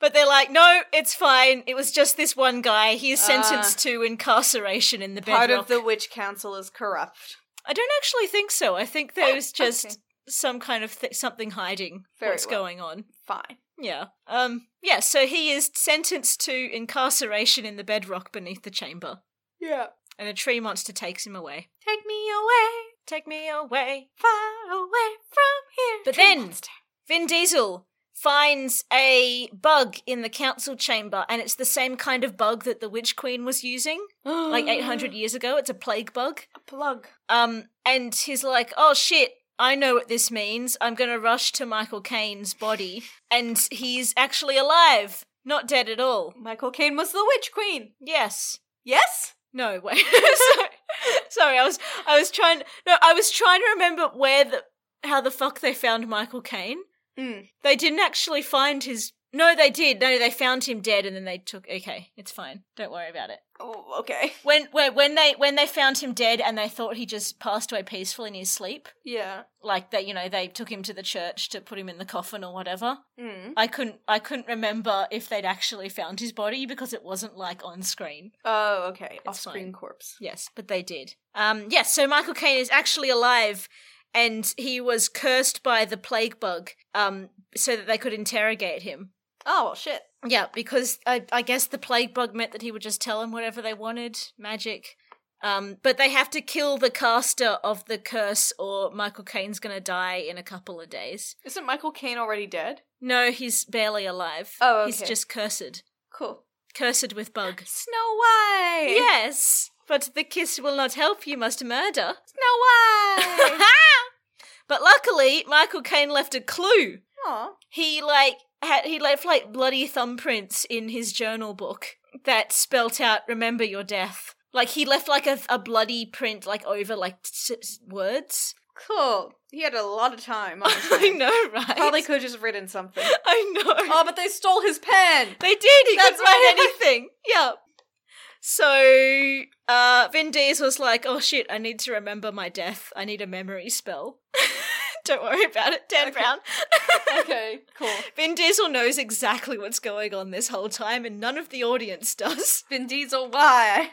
But they're like, no, it's fine. It was just this one guy. He's sentenced to incarceration in the Ah. Part bedrock. of the witch council is corrupt. I don't actually think so. I think there was just okay. some kind of th- something hiding Very what's well. going on. Fine. Yeah. Um yeah, so he is sentenced to incarceration in the bedrock beneath the chamber, Yeah. and a tree monster takes him away. Take me away, Take me away. far away from here. But tree then- monster. Vin Diesel finds a bug in the council chamber, and it's the same kind of bug that the witch queen was using like 800 years ago. It's a plague bug. A plug. Um, and he's like, "Oh shit, I know what this means. I'm gonna rush to Michael Caine's body, and he's actually alive, not dead at all." Michael Caine was the witch queen. Yes. Yes. No wait. sorry. sorry, I was I was trying. No, I was trying to remember where the how the fuck they found Michael Caine. Mm. They didn't actually find his. No, they did. No, they found him dead, and then they took. Okay, it's fine. Don't worry about it. Oh, okay. When when when they when they found him dead, and they thought he just passed away peacefully in his sleep. Yeah. like they you know they took him to the church to put him in the coffin or whatever Mm. i couldn't i couldn't remember if they'd actually found his body because it wasn't like on screen Oh, okay. Off fine. screen corpse. yes but they did um yes so michael caine is actually alive and he was cursed by the plague bug um so that they could interrogate him Oh well, shit. yeah because i i guess the plague bug meant that he would just tell him whatever they wanted magic um, but they have to kill the caster of the curse, or Michael Caine's gonna die in a couple of days. Isn't Michael Caine already dead? No, he's barely alive. Oh, He's okay. just cursed. Cool. Cursed with bug. Snow White. Yes, but the kiss will not help, you must murder. Snow White. but luckily, Michael Caine left a clue. Aw. He, like, had, he left, like, bloody thumbprints in his journal book that spelt out, remember your death. Like, he left, like, a, a bloody print, like, over, like, s- s- words. Cool. He had a lot of time. On his I hands. know, right? Probably could have just written something. I know. oh, but they stole his pen. They did. He That's couldn't write right. anything. Yeah. So uh, Vin Diesel's like, "Oh shit, I need to remember my death. I need a memory spell. Don't worry about it, Dan Okay. Brown." okay. Okay, cool. Vin Diesel knows exactly what's going on this whole time, and none of the audience does. Vin Diesel, why?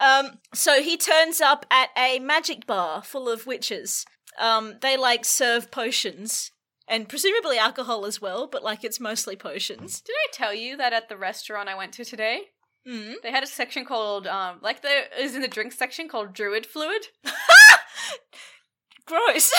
Um, so he turns up at a magic bar full of witches. Um, they like serve potions and presumably alcohol as well, but like it's mostly potions. Did I tell you that at the restaurant I went to today, Mm. they had a section called, um, like there is in the drink section called Druid Fluid? Gross.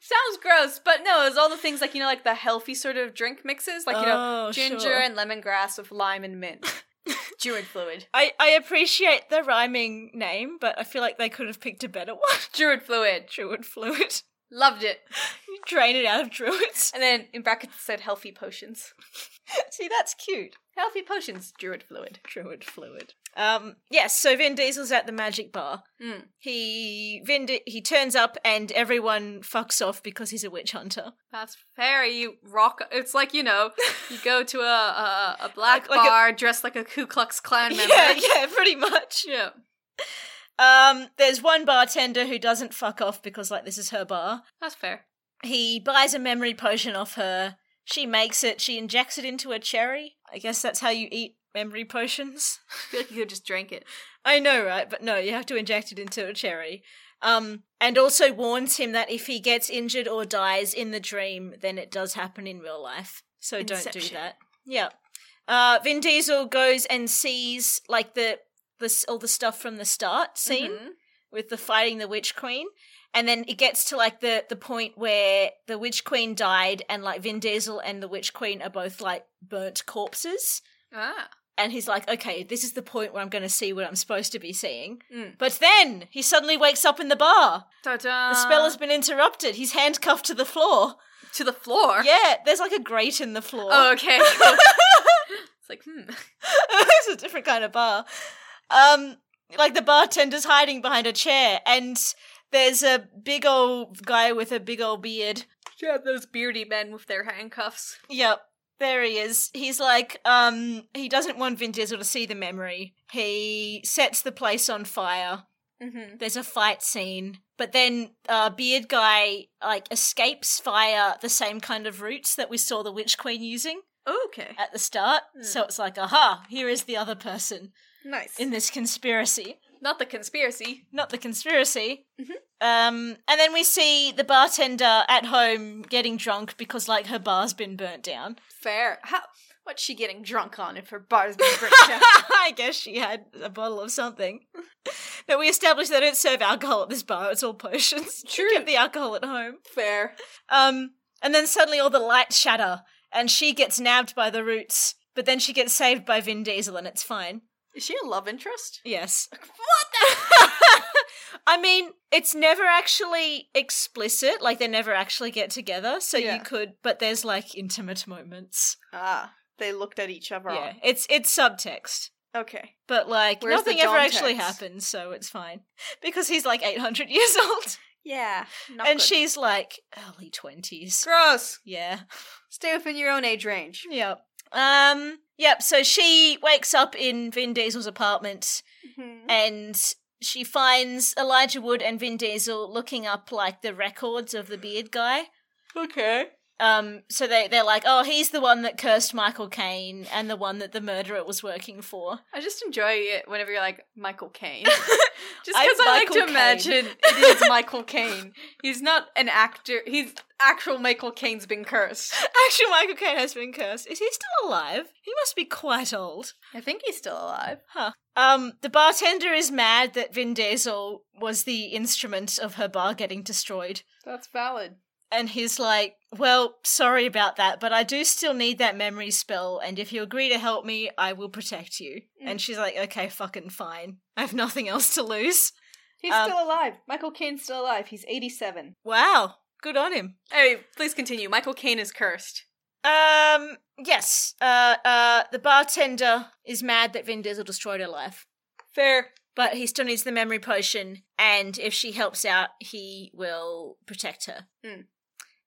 Sounds gross, but no, it was all the things like, you know, like the healthy sort of drink mixes, like, you know, Oh, ginger sure. and lemongrass with lime and mint. Druid Fluid. I, I appreciate the rhyming name, but I feel like they could have picked a better one. Druid Fluid. Druid fluid. Loved it. You drain it out of druids. And then in brackets it said healthy potions. See, that's cute. Healthy potions, Druid Fluid. Druid fluid. Um, yes, so Vin Diesel's at the magic bar. Mm. He Vin Di- he turns up and everyone fucks off because he's a witch hunter. That's fair. You rock. It's like you know, you go to a a, a black Like- like a- bar dressed like a Ku Klux Klan member. Yeah, yeah, pretty much. Yeah. Um, there's one bartender who doesn't fuck off because like this is her bar. that's fair. He buys a memory potion off her. She makes it. She injects it into a cherry. I guess that's how you eat memory potions. I feel like you could just drink it. I know, right? But no, you have to inject it into a cherry. Um, and also warns him that if he gets injured or dies in the dream, then it does happen in real life. So don't do Inception. that. Yeah. Uh, Vin Diesel goes and sees like the this all the stuff from the start scene Mhm. with the fighting the witch queen and then it gets to like the the point where the witch queen died and like Vin Diesel and the witch queen are both like burnt corpses Ah, and he's like okay this is the point where I'm going to see what I'm supposed to be seeing Mm. Ah. but then he suddenly wakes up in the bar Ta-da. the spell has been interrupted he's handcuffed to the floor to the floor. yeah there's like a grate in the floor Oh, okay. it's like hmm. it's a different kind of bar. Um, like the bartender's hiding behind a chair, and there's a big old guy with a big old beard. Yeah, those beardy men with their handcuffs. Yep, there he is. He's like, um, he doesn't want Vin Diesel to see the memory. He sets the place on fire. Mm-hmm. There's a fight scene, but then uh, beard guy like escapes fire the same kind of routes that we saw the witch queen using okay. at the start. Hmm. So it's like, aha, here is the other person Nice. in this conspiracy. Not the conspiracy. not the conspiracy. Mhm. Um, and then we see the bartender at home getting drunk because like her bar's been burnt down. Fair. How? What's she getting drunk on if her bar's been burnt down? I guess she had a bottle of something. But we established they don't serve alcohol at this bar; it's all potions. True. Get the alcohol at home. Fair. Um, and then suddenly all the lights shatter, and she gets nabbed by the roots. But then she gets saved by Vin Diesel, and it's fine. Is she a love interest? Yes. What I mean, it's never actually explicit, like they never actually get together, so you Yeah. could but there's like intimate moments. Ah, they looked at each other. Yeah. It's it's subtext. Okay. But like Where's the nothing ever Dom actually text? happens, so it's fine. Because he's like eight hundred years old. Yeah. and she's like early twenties. gross. Yeah. Stay within your own age range. Yep. Um Yep, so she wakes up in Vin Diesel's apartment Mm-hmm. Mm-hmm. and she finds Elijah Wood and Vin Diesel looking up like the records of the beard guy. Okay. Um, so they they're like, oh, he's the one that cursed Michael Caine and the one that the murderer was working for. I just enjoy it whenever you're like Michael Caine. just because I'm I like Michael to imagine it is Michael Caine. He's not an actor. He's actual Michael Caine's been cursed. Actually, Michael Caine has been cursed. Is he still alive? He must be quite old. I think he's still alive. Um, the bartender is mad that Vin Diesel was the instrument of her bar getting destroyed. That's valid. And he's like, Well, sorry about that, but I do still need that memory spell, and if you agree to help me, I will protect you. And she's like, Okay, fucking fine. I have nothing else to lose. He's Um, still alive. Michael Caine's still alive. He's 87. Wow, good on him. Hey, please continue. Michael Caine is cursed. Um, yes, uh, uh, the bartender is mad that Vin Diesel destroyed her life, Fair. but he still needs the memory potion, and if she helps out, he will protect her. Hmm.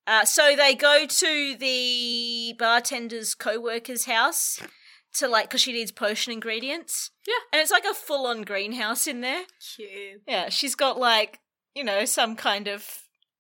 Uh, so they go to the bartender's co-worker's house to like because she needs potion ingredients. Yeah. and it's like a full-on greenhouse in there. Cute. Yeah, she's got like you know some kind of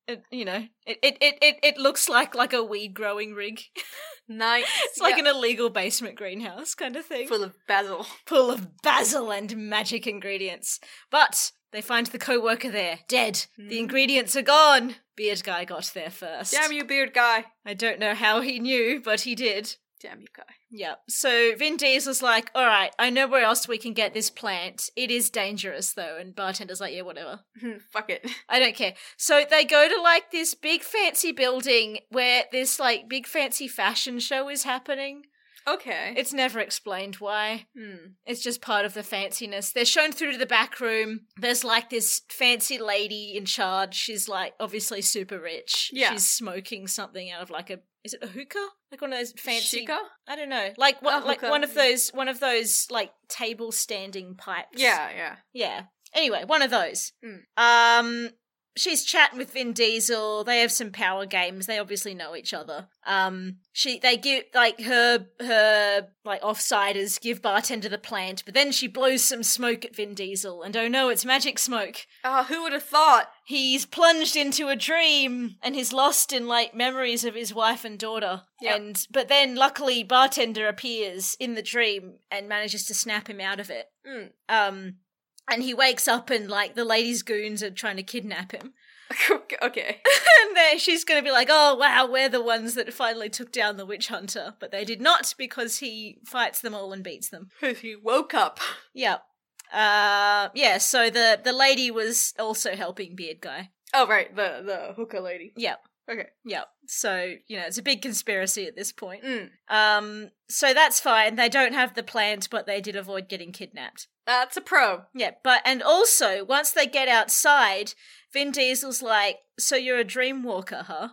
It, you know, it, it, it, it, it looks like like a weed growing rig. Nice. It's like Yeah. an illegal basement greenhouse kind of thing. full of basil. full of basil and magic ingredients. But they find the co worker there, dead. The Mm. ingredients are gone. Beard guy got there first. Damn you, beard guy. I don't know how he knew, but he did. Damn you, guy. Yep. So Vin Diesel's like, all right, I know where else we can get this plant. It is dangerous, though. And bartender's like, yeah, whatever. Hmm, Fuck it. I don't care. So they go to like this big fancy building where this like big fancy fashion show is happening. Okay. It's never explained why. Hmm. It's just part of the fanciness. They're shown through to the back room. There's like this fancy lady in charge. She's like obviously super rich. Yeah. She's smoking something out of like a is it a hookah? Like one of those fancy Chica? I don't know. Like what A like hookah, one of yeah. those one of those like table standing pipes. Yeah, yeah. Yeah. Anyway, one of those. Mm. Um she's chatting with Vin Diesel. They have some power games. They obviously know each other. Um she they give like her her like offsiders give bartender the plant, but then she blows some smoke at Vin Diesel and oh no, it's magic smoke. Oh, who would have thought? He's plunged into a dream and he's lost in like memories of his wife and daughter. Yep. And but then luckily bartender appears in the dream and manages to snap him out of it. Mm. Um, and he wakes up and like the lady's goons are trying to kidnap him. okay. And there she's going to be like, "Oh wow, we're the ones that finally took down the witch hunter," but they did not because he fights them all and beats them. he woke up. Yeah. Uh, yeah. So the the lady was also helping Beard Guy. Oh, right. The the hookah lady. Yep. Okay. Yep. So you know it's a big conspiracy at this point. Mm. Um, so that's fine. They don't have the plant, but they did avoid getting kidnapped. That's a pro. Yeah, but and also once they get outside, Vin Diesel's like, "So you're a dream walker, huh?"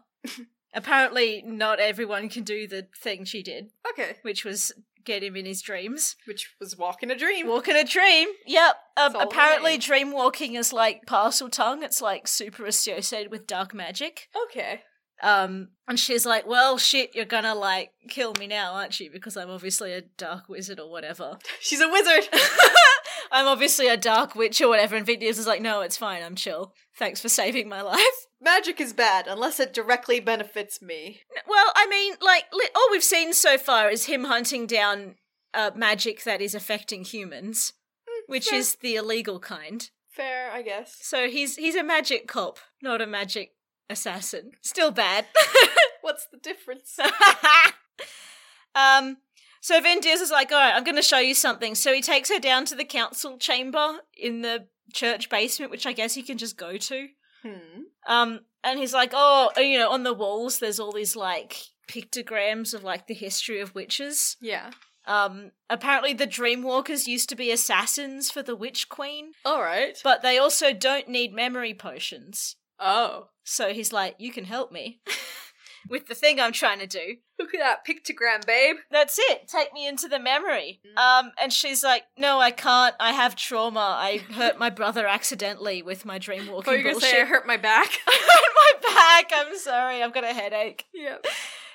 Apparently, not everyone can do the thing she did, Okay. which was get him in his dreams. Which was walking a dream. Walking a dream. Yep. Um, That's all it apparently, needs. dream walking is like parcel tongue. It's like super associated with dark magic. okay. Um, and she's like, "Well, shit, you're gonna like kill me now, aren't you? Because I'm obviously a dark wizard or whatever." She's a wizard. I'm obviously a dark witch or whatever, and Vin Diesel's like, no, it's fine, I'm chill. Thanks for saving my life. Magic is bad unless it directly benefits me. Well, I mean, like, li- all we've seen so far is him hunting down uh, magic that is affecting humans, which fair. is the illegal kind. Fair, I guess. So he's he's a magic cop, not a magic assassin. Still bad. What's the difference? um, so Vin Diesel's like, all right, I'm going to show you something. So he takes her down to the council chamber in the church basement, which I guess he can just go to. hmm. Um, and he's like, oh, you know, on the walls there's all these like pictograms of like the history of witches. Yeah. Um, apparently the Dreamwalkers used to be assassins for the Witch Queen, All right. but they also don't need memory potions. Oh. So he's like, you can help me with the thing I'm trying to do. Look at that pictogram, babe. That's it. Take me into the memory. Mm. Um, and she's like, no, I can't. I have trauma. I hurt my brother accidentally with my dreamwalking Oh, you're gonna bullshit. say I hurt my back? I hurt my back. I'm sorry. I've got a headache. yeah.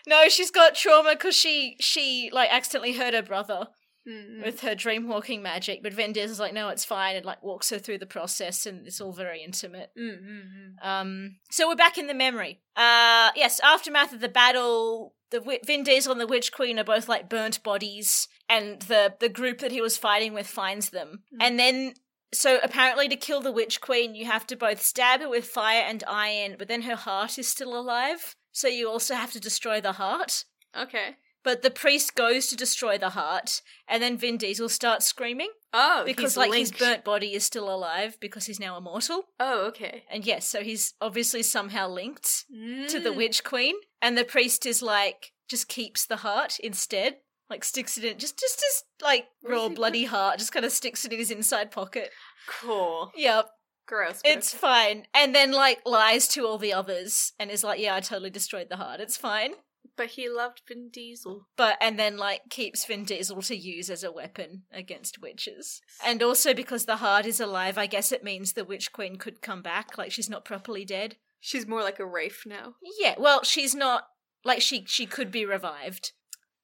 No, she's got trauma because she she like accidentally hurt her brother Mm. with her dream walking magic. But Vin Diesel's like, no, it's fine, and like walks her through the process, and it's all very intimate. Mm-hmm. Um, so we're back in the memory. Uh, yes, aftermath of the battle. The Wi- Vin Diesel and the Witch Queen are both like burnt bodies, and the the group that he was fighting with finds them. Mm. And then, so apparently, to kill the Witch Queen, you have to both stab her with fire and iron, but then her heart is still alive, so you also have to destroy the heart. Okay. But the priest goes to destroy the heart, and then Vin Diesel starts screaming Oh, because, he's like, his linked. burnt body is still alive because he's now immortal. Oh, okay. And yes, so he's obviously somehow linked to the Mm. witch queen, and the priest is like just keeps the heart instead, like sticks it in just just his like What raw is it bloody heart, just kind of sticks it in his inside pocket. Mm, Cool. Yep, Gross. but it's fine. And then like lies to all the others and is like, yeah, I totally destroyed the heart. It's fine. But he loved Vin Diesel. But and then like keeps Vin Diesel to use as a weapon against witches. And also because the heart is alive, I guess it means the witch queen could come back, like she's not properly dead. She's more like a Rafe now. Yeah, well, she's not like she she could be revived.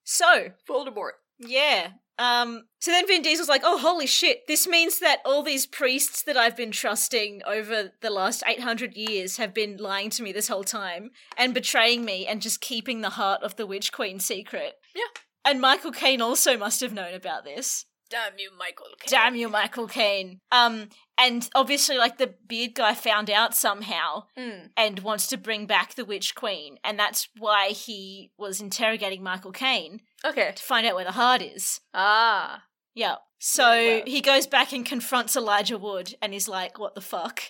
So, Voldemort. yeah. Um, so then Vin Diesel's like, oh, holy shit, this means that all these priests that I've been trusting over the last 800 years have been lying to me this whole time and betraying me and just keeping the heart of the Witch Queen secret. Yeah. And Michael Caine also must have known about this. Damn you, Michael. Caine. Damn you, Michael Caine. Um, and obviously, like, the beard guy found out somehow Mm. and wants to bring back the Witch Queen. And that's why he was interrogating Michael Caine Okay. to find out where the heart is. Ah. Yeah. So Yeah, wow. he goes back and confronts Elijah Wood and is like, what the fuck?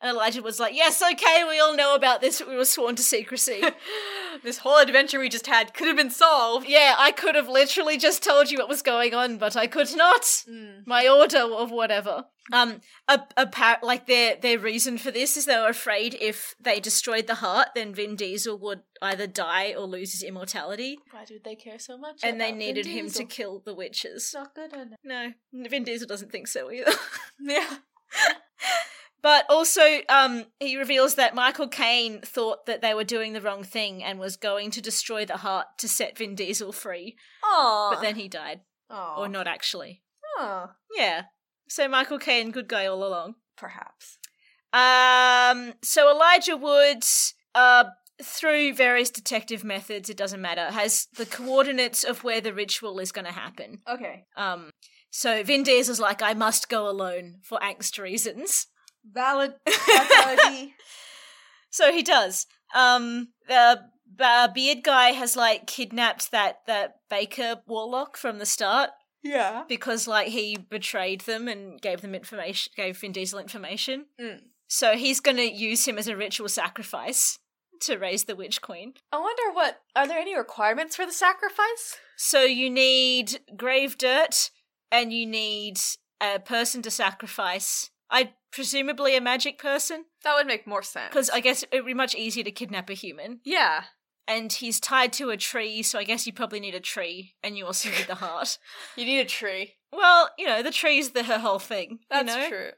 And Elijah Wood's like, yes, okay, we all know about this. We were sworn to secrecy. this whole adventure we just had could have been solved. yeah, I could have literally just told you what was going on, but I could not. Mm. My order of whatever. Um, a, a par- like their their reason for this is they were afraid if they destroyed the heart, then Vin Diesel would either die or lose his immortality, Why did they care so much? and they needed him to kill the witches. not good enough. No, Vin Diesel doesn't think so either. Yeah. But also, um, he reveals that Michael Caine thought that they were doing the wrong thing and was going to destroy the heart to set Vin Diesel free. Aww. But then he died. Aww. Or not actually. Aw. Yeah. So Michael Caine, good guy all along. Perhaps. Um, so Elijah Woods, uh, through various detective methods, it doesn't matter, has the coordinates of where the ritual is going to happen. Okay. Um, so Vin Diesel's like, I must go alone for angst reasons. Valid. Valid. So he does. Um, the uh, beard guy has like kidnapped that that baker warlock from the start yeah. because like he betrayed them and gave them information, gave Vin Diesel information. Mm. So he's going to use him as a ritual sacrifice to raise the witch queen. I wonder what are there any requirements for the sacrifice? So you need grave dirt and you need a person to sacrifice. I presumably a magic person That would make more sense. because I guess it would be much easier to kidnap a human. yeah. and he's tied to a tree, so I guess you probably need a tree, and you also need the heart. You need a tree. Well, you know, the tree's the her whole thing. That's you know? true.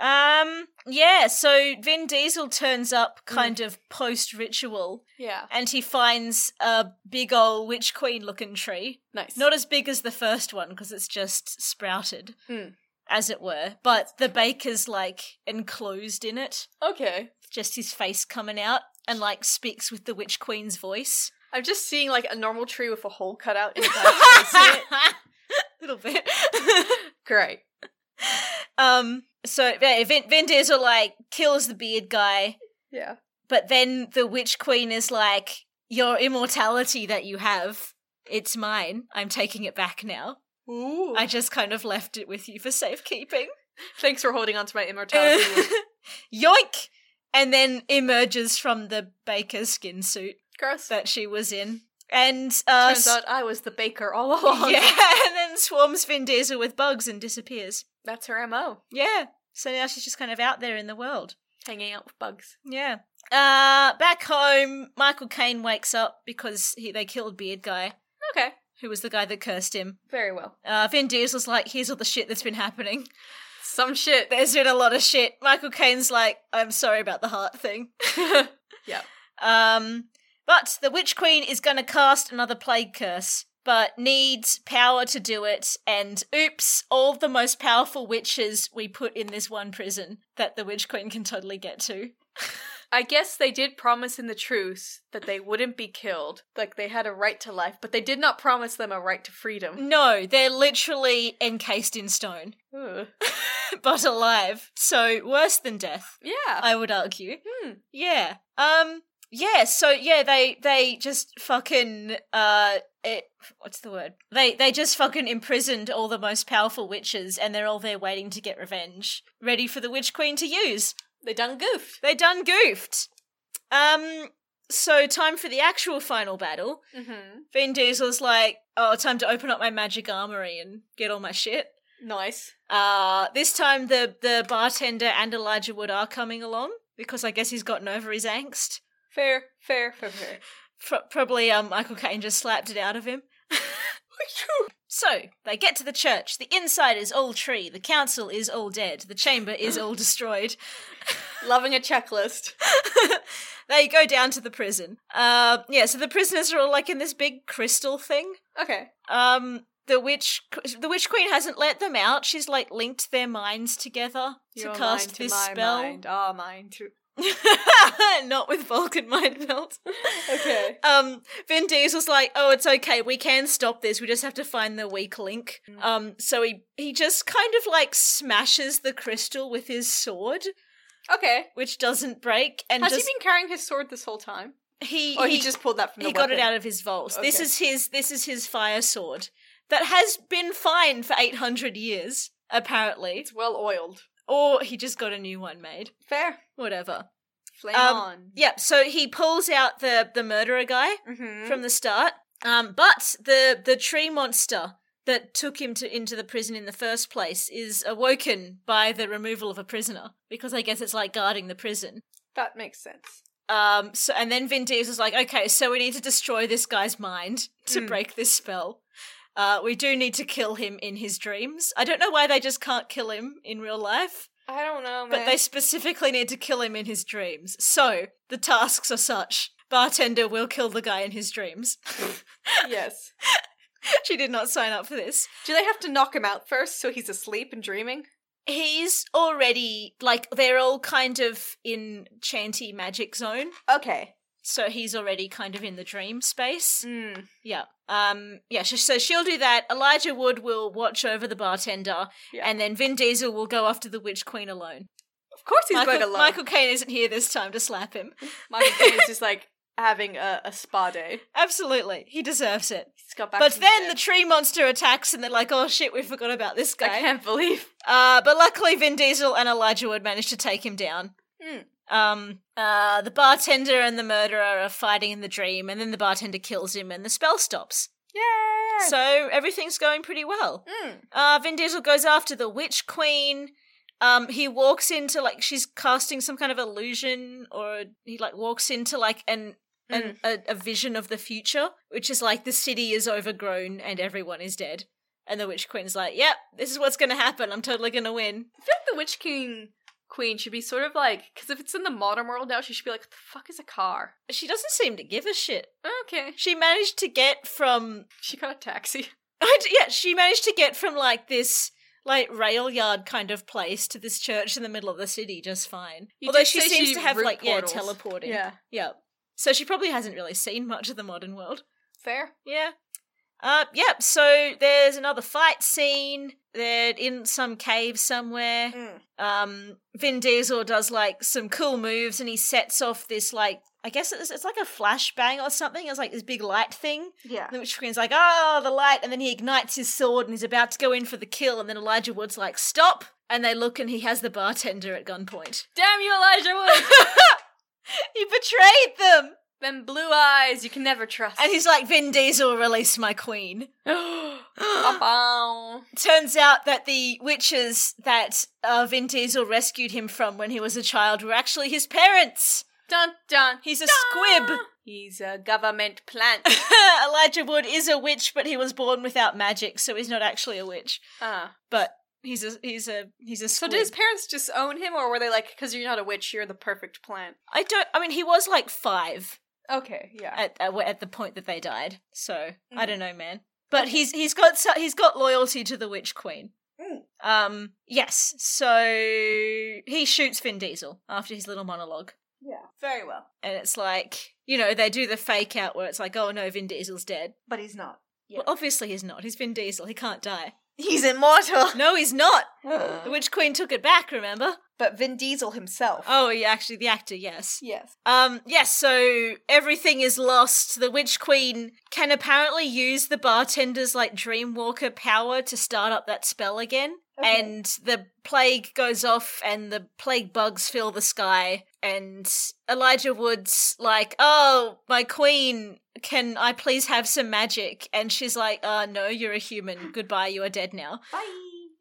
Um, yeah. So Vin Diesel turns Mm. up kind of post ritual, Yeah. and he finds a big old witch queen looking tree. Nice. Not as big as the first one because it's just sprouted, Hmm. as it were. But the baker's like enclosed in it, okay. just his face coming out, and like speaks with the witch queen's voice. I'm just seeing like a normal tree with a hole cut out in it. little bit. Great. um. So yeah, Vin, Vin Diesel like kills the beard guy, Yeah. but then the witch queen is like, "Your immortality that you have, it's mine. I'm taking it back now. Ooh. I just kind of left it with you for safekeeping." Thanks for holding on to my immortality. Yoink! And then emerges from the baker's skin suit Gross. that she was in, and uh, Turns out I was the baker all along. yeah, and then swarms Vin Diesel with bugs and disappears. That's her MO. Yeah. So now she's just kind of out there in the world. Hanging out with bugs. Yeah. Uh, back home, Michael Caine wakes up because he, they killed Beard Guy, Okay. who was the guy that cursed him. Very well. Uh, Vin Diesel's like, here's all the shit that's been happening. Some shit. There's been a lot of shit. Michael Caine's like, I'm sorry about the heart thing. Yeah. Um, but the Witch Queen is going to cast another plague curse, but needs power to do it. And oops, all the most powerful witches we put in this one prison that the Witch Queen can totally get to. I guess they did promise in the truce that they wouldn't be killed. Like they had a right to life, but they did not promise them a right to freedom. No, they're literally encased in stone, Ugh. but alive. So worse than death, Yeah. I would argue. Hmm. Yeah. Um. Yeah. So yeah, they they just fucking uh, it, what's the word? They they just fucking imprisoned all the most powerful witches, and they're all there waiting to get revenge, ready for the witch queen to use. They done goofed. They done goofed. Um. So time for the actual final battle. Mm-hmm. Vin Diesel's like, oh, time to open up my magic armory and get all my shit. Nice. Uh, this time the the bartender and Elijah Wood are coming along because I guess he's gotten over his angst. Fair, fair, fair, fair. Pro- probably um, Michael Caine just slapped it out of him. so they get to the church. The inside is all tree. The council is all dead. The chamber is all destroyed. Loving a checklist. they go down to the prison. Uh, yeah, so the prisoners are all like in this big crystal thing. Okay. Um, the witch the witch queen hasn't let them out. She's like linked their minds together Your to mind cast to this my spell. Mind, our mind to. Not with Vulcan mind melt. Okay. Um, Vin Diesel's like, oh, it's okay. We can stop this. We just have to find the weak link. Mm. Um, so he he just kind of like smashes the crystal with his sword, Okay. which doesn't break, and Has just he been carrying his sword this whole time? he Or he, just pulled that from the he got it weapon? out of his vault. This Okay. is his this is his fire sword that has been fine for eight hundred years apparently, It's well oiled. or he just got a new one made. Fair. Whatever. Flame Um, on. Yep. So he pulls out the the murderer guy. Mm-hmm. from the start. Um, but the the tree monster that took him to into the prison in the first place is awoken by the removal of a prisoner because I guess it's like guarding the prison. that makes sense. Um, so and then Vin Diesel's like, okay, so we need to destroy this guy's mind to Mm. break this spell. Uh, we do need to kill him in his dreams. I don't know why they just can't kill him in real life, I don't know, man. but they specifically need to kill him in his dreams. So the tasks are such: bartender will kill the guy in his dreams. yes. she did not sign up for this. Do they have to knock him out first so he's asleep and dreaming? He's already like they're all kind of in chanty magic zone, Okay. so he's already kind of in the dream space. Mm. Yeah. Um. Yeah. sh- So she'll do that. Elijah Wood will watch over the bartender, Yeah. and then Vin Diesel will go after the Witch Queen alone. Of course he's Michael, going alone. Michael Caine isn't here this time to slap him. Michael Caine is just like having a, a spa day. Absolutely, he deserves it. He's got back. but from then the dead. tree monster attacks, and they're like, "Oh shit, we forgot about this guy." I can't believe. Uh, but luckily, Vin Diesel and Elijah Wood managed to take him down. Mm. Um, uh, the bartender and the murderer are fighting in the dream, and then the bartender kills him, and the spell stops. Yeah. So everything's going pretty well. Mm. Uh, Vin Diesel goes after the witch queen. Um, he walks into like she's casting some kind of illusion, or he like walks into like an. An, a, a vision of the future, which is like the city is overgrown and everyone is dead. And the witch queen's like, yep, this is what's going to happen. I'm totally going to win. I feel like the Witch King Queen should be sort of like because if it's in the modern world now, she should be like, "What the fuck is a car?" She doesn't seem to give a shit. Okay. She managed to get from She got a taxi. I d- yeah, she managed to get from like this like rail yard kind of place to this church in the middle of the city just fine. You Although did she say seems she to have route like portals. yeah, teleporting. Yeah. Yeah. So she probably hasn't really seen much of the modern world. Fair. Yeah. Uh yep, so there's another fight scene. They're in some cave somewhere. Hmm. um Vin Diesel does like some cool moves and he sets off this like I guess it's, it's like a flashbang or something. It's like this big light thing. Yeah. And the witch queen's like, oh, the light. And then he ignites his sword and he's about to go in for the kill. And then Elijah Wood's like, stop. And they look and he has the bartender at gunpoint. Damn you, Elijah Wood! He betrayed them. Them blue eyes you can never trust. And he's like, Vin Diesel, release my queen. Ba-bow. Turns out that the witches that uh, Vin Diesel rescued him from when he was a child were actually his parents. dun dun. He's a dun. squib. He's a government plant. Elijah Wood is a witch, but he was born without magic, so he's not actually a witch. uh. But he's a he's a he's a. So Squid. did his parents just own him, or were they like, "Because you're not a witch, you're the perfect plant"? I don't. I mean, he was like five Okay. Yeah. at at, at the point that they died. So I Mm. don't know, man. But he's he's got so- he's got loyalty to the witch queen. Mm. Um. Yes. So he shoots Vin Diesel after his little monologue. yeah. Very well. And it's like, you know, they do the fake out where it's like, oh no, Vin Diesel's dead. But he's not. Yeah. Well, obviously he's not. He's Vin Diesel. He can't die. He's immortal. No, he's not. The Witch Queen took it back, remember? but Vin Diesel himself. Oh, yeah, actually, the actor, yes. yes. Um, yes, so everything is lost. The Witch Queen can apparently use the bartender's, like, Dreamwalker power to start up that spell again. Okay. And the plague goes off, and the plague bugs fill the sky. And Elijah Wood's like, Oh, my queen, can I please have some magic? And she's like, Uh, no, you're a human. Goodbye, you are dead now. Bye.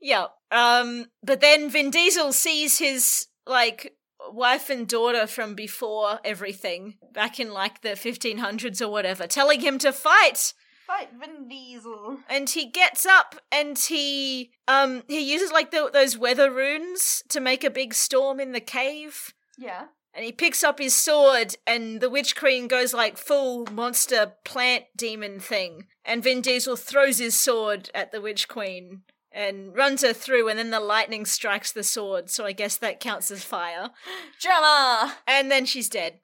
Yeah. Um but then Vin Diesel sees his like wife and daughter from before everything back in like the 1500s or whatever telling him to fight Fight Vin Diesel. and he gets up and he um he uses like tho- those weather runes to make a big storm in the cave Yeah. and he picks up his sword, and the witch queen goes like full monster plant demon thing, and Vin Diesel throws his sword at the witch queen and runs her through, and then the lightning strikes the sword, so I guess that counts as fire. Drama. And then she's dead.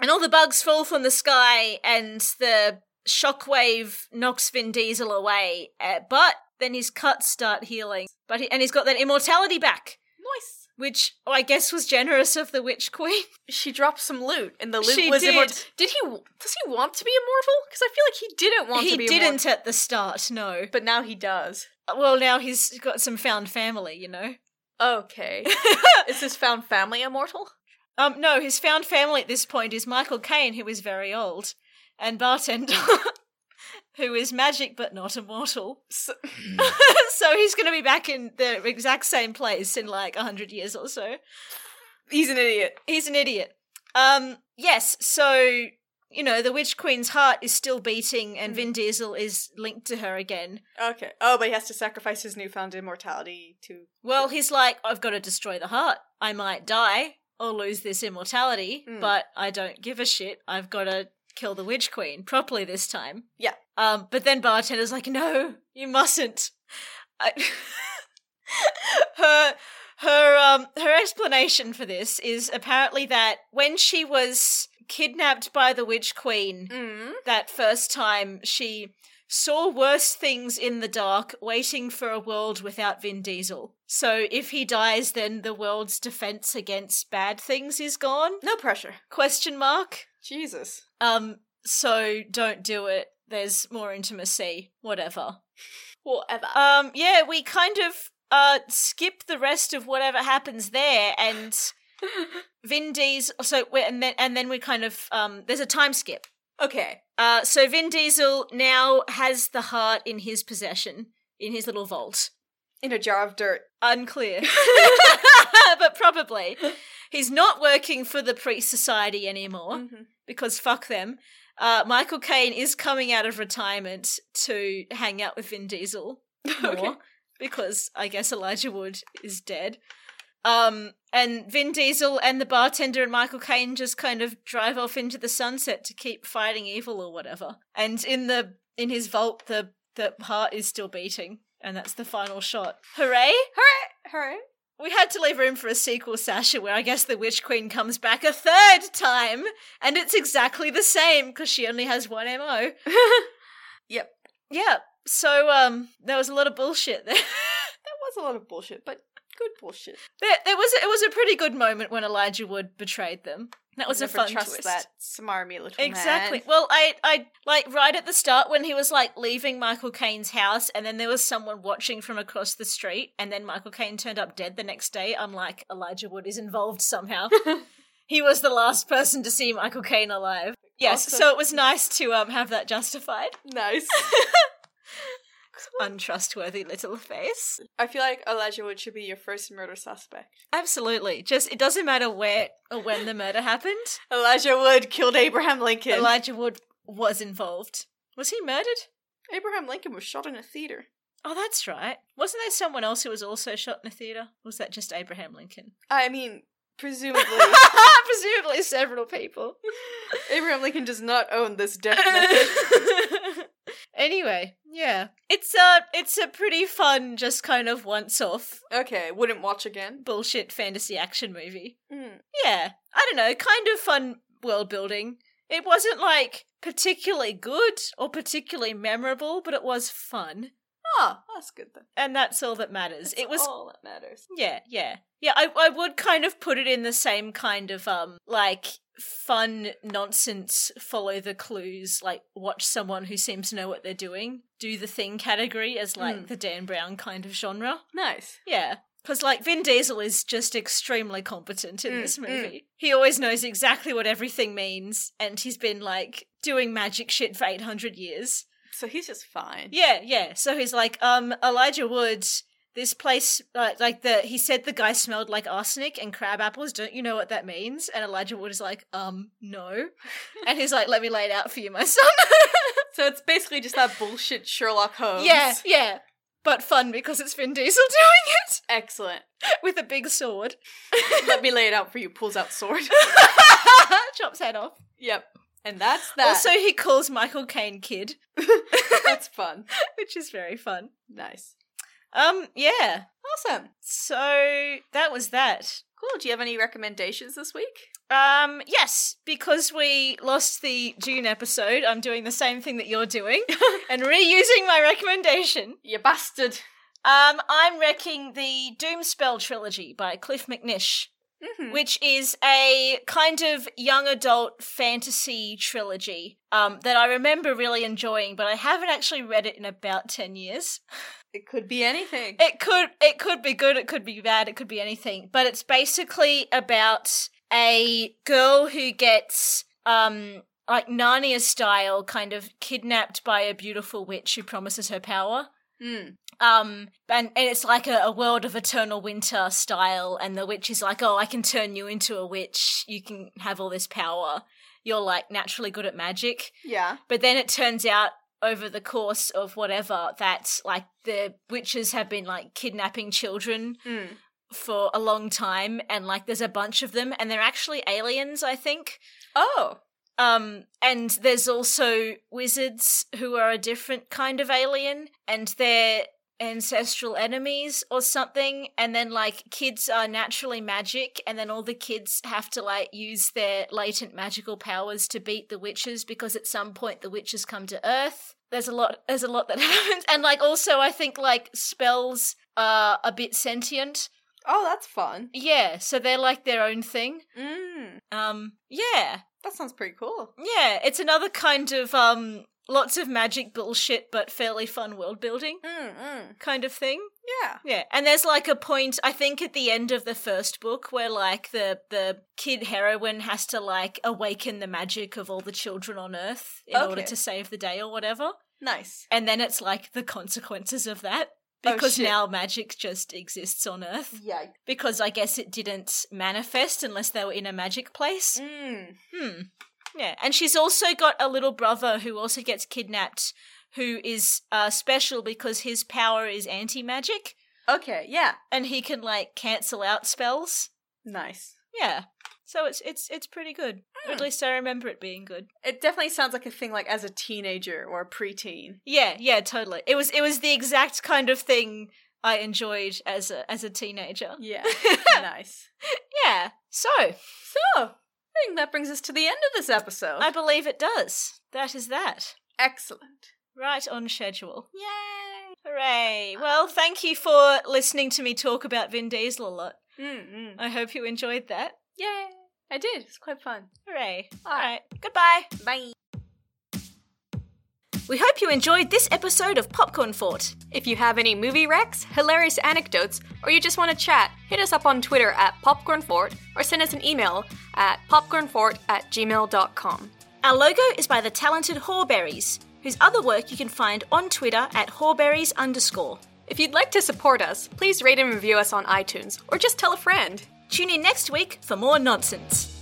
And all the bugs fall from the sky, and the shockwave knocks Vin Diesel away. Uh, but then his cuts start healing, but he, and he's got that immortality back, Nice. which I guess was generous of the witch queen. She dropped some loot, and the loot She was did. immortal. Did he? Does he want to be immortal? Because I feel like he didn't want he to be. didn't immortal, at the start, no. but now he does. Well, now he's got some found family, you know. Okay. Is his found family immortal? Um, no, his found family at this point is Michael Caine, who is very old, and bartender, who is magic but not immortal. So- so he's going to be back in the exact same place in like a hundred years or so. He's an idiot. He's an idiot. Um, yes, so you know the witch queen's heart is still beating, and Vin Diesel is linked to her again. Okay. Oh, but he has to sacrifice his newfound immortality to. Well, he's like, I've got to destroy the heart. I might die or lose this immortality, Mm. but I don't give a shit. I've got to kill the witch queen properly this time. Yeah. Um, but then bartender's like, no, you mustn't. I- her her um her explanation for this is apparently that when she was kidnapped by the witch queen Mm. that first time she saw worse things in the dark waiting for a world without Vin Diesel. So if he dies then the world's defense against bad things is gone? No pressure. Question mark. Jesus. Um so don't do it. There's more intimacy, whatever. Whatever. Um yeah, we kind of uh skip the rest of whatever happens there and Vin Diesel so we and then and then we kind of um there's a time skip. okay. Uh, so Vin Diesel now has the heart in his possession, in his little vault. In a jar of dirt. Unclear. but probably. He's not working for the Priest Society anymore Mm. Mm-hmm. because fuck them. Uh, Michael Caine is coming out of retirement to hang out with Vin Diesel more Okay. because I guess Elijah Wood is dead. Um, and Vin Diesel and the bartender and Michael Caine just kind of drive off into the sunset to keep fighting evil or whatever. And in the in his vault, the the heart is still beating, and that's the final shot. Hooray! Alright. We had to leave room for a sequel, Sasha, where I guess the Witch Queen comes back a third time, and it's exactly the same because she only has one MO. Yep. Yeah, so um, there was a lot of bullshit there. That was a lot of bullshit, but good bullshit. there, there was a, it was a pretty good moment when Elijah Wood betrayed them. That was a Never fun trust twist. that smarmy little man. Exactly. Well, I, I like right at the start when he was like leaving Michael Caine's house, and then there was someone watching from across the street, and then Michael Caine turned up dead the next day. I'm like, Elijah Wood is involved somehow. he was the last person to see Michael Caine alive. Yes, Also- so it was nice to um have that justified. Nice. Untrustworthy little face. I feel like Elijah Wood should be your first murder suspect. Absolutely. Just it doesn't matter where or when the murder happened. Elijah Wood killed Abraham Lincoln. Elijah Wood was involved. Was he murdered? Abraham Lincoln was shot in a theater. Oh, that's right. Wasn't there someone else who was also shot in a theater? Or was that just Abraham Lincoln? I mean, presumably, Presumably several people. Abraham Lincoln does not own this death method. anyway, yeah. It's a it's a pretty fun just kind of once off Okay, wouldn't watch again. bullshit fantasy action movie. Mm. Yeah. I don't know, kind of fun world building. It wasn't like particularly good or particularly memorable, but it was fun. Ah, that's good then. And that's all that matters. it was all that matters. Yeah, yeah. Yeah, I I would kind of put it in the same kind of um like fun nonsense follow the clues like watch someone who seems to know what they're doing do the thing category as like Mm. the Dan Brown kind of genre. Nice. Yeah. Cuz like Vin Diesel is just extremely competent in Mm, this mm. movie. He always knows exactly what everything means and he's been like doing magic shit for 800 years. So he's just fine. Yeah, yeah. So he's like, um, Elijah Wood. This place, uh, like the, he said the guy smelled like arsenic and crab apples. Don't you know what that means? And Elijah Wood is like, um, no. and he's like, let me lay it out for you, my son. So it's basically just that bullshit Sherlock Holmes. yeah, yeah. but fun because it's Vin Diesel doing it Excellent. with a big sword. Let me lay it out for you. Pulls out sword. Chops head off. yep. And that's that. Also, he calls Michael Caine kid, that's fun. which is very fun. Nice. Um, yeah. Awesome. So that was that. Cool. Do you have any recommendations this week? Um, yes, because we lost the June episode, I'm doing the same thing that you're doing and reusing my recommendation. You bastard. Um, I'm wrecking the Doomspell trilogy by Cliff McNish, Mm-hmm. which is a kind of young adult fantasy trilogy um, that I remember really enjoying, but I haven't actually read it in about ten years. It could be anything. It could it could be good, it could be bad, it could be anything. But it's basically about a girl who gets um like Narnia style kind of kidnapped by a beautiful witch who promises her power. Mm. Um and, and it's like a, a world of eternal winter style and the witch is like, Oh, I can turn you into a witch, you can have all this power. You're like naturally good at magic. Yeah. But then it turns out over the course of whatever that like the witches have been like kidnapping children Mm. for a long time and like there's a bunch of them and they're actually aliens I think. Oh. Um and there's also wizards who are a different kind of alien and they're ancestral enemies or something and then like kids are naturally magic and then all the kids have to like use their latent magical powers to beat the witches because at some point the witches come to earth there's a lot there's a lot that happens and like also i think like spells are a bit sentient Oh, that's fun. yeah so they're like their own thing Mm. um yeah That sounds pretty cool. yeah it's another kind of um lots of magic bullshit but fairly fun world building Mm, mm. kind of thing Yeah. yeah, and there's like a point I think at the end of the first book where like the the kid heroine has to like awaken the magic of all the children on Earth in order Okay. to save the day or whatever, Nice. and then it's like the consequences of that Oh, because shit. now magic just exists on Earth Yikes. because I guess it didn't manifest unless they were in a magic place. Mm. Hmm. Yeah, and she's also got a little brother who also gets kidnapped, who is uh, special because his power is anti magic Okay. Yeah. and he can like cancel out spells. Nice. Yeah. So it's it's it's pretty good. Or At least I remember it being good. It definitely sounds like a thing like as a teenager or a preteen. Yeah, yeah, totally. It was it was the exact kind of thing I enjoyed as a as a teenager. Yeah. nice. Yeah. So, So, I think that brings us to the end of this episode. I believe it does. That is that. Excellent. Right on schedule. Yay. Hooray. Well, thank you for listening to me talk about Vin Diesel a lot. Mm-mm. I hope you enjoyed that. Yay. I did. It's quite fun. Hooray. All All right. Goodbye. Bye. We hope you enjoyed this episode of Popcorn Fort. If you have any movie wrecks, hilarious anecdotes, or you just want to chat, hit us up on Twitter at popcornfort or send us an email at popcornfort at gmail.com. Our logo is by the talented Horberries, whose other work you can find on Twitter at Horberries underscore. If you'd like to support us, please rate and review us on iTunes or just tell a friend. Tune in next week for more nonsense.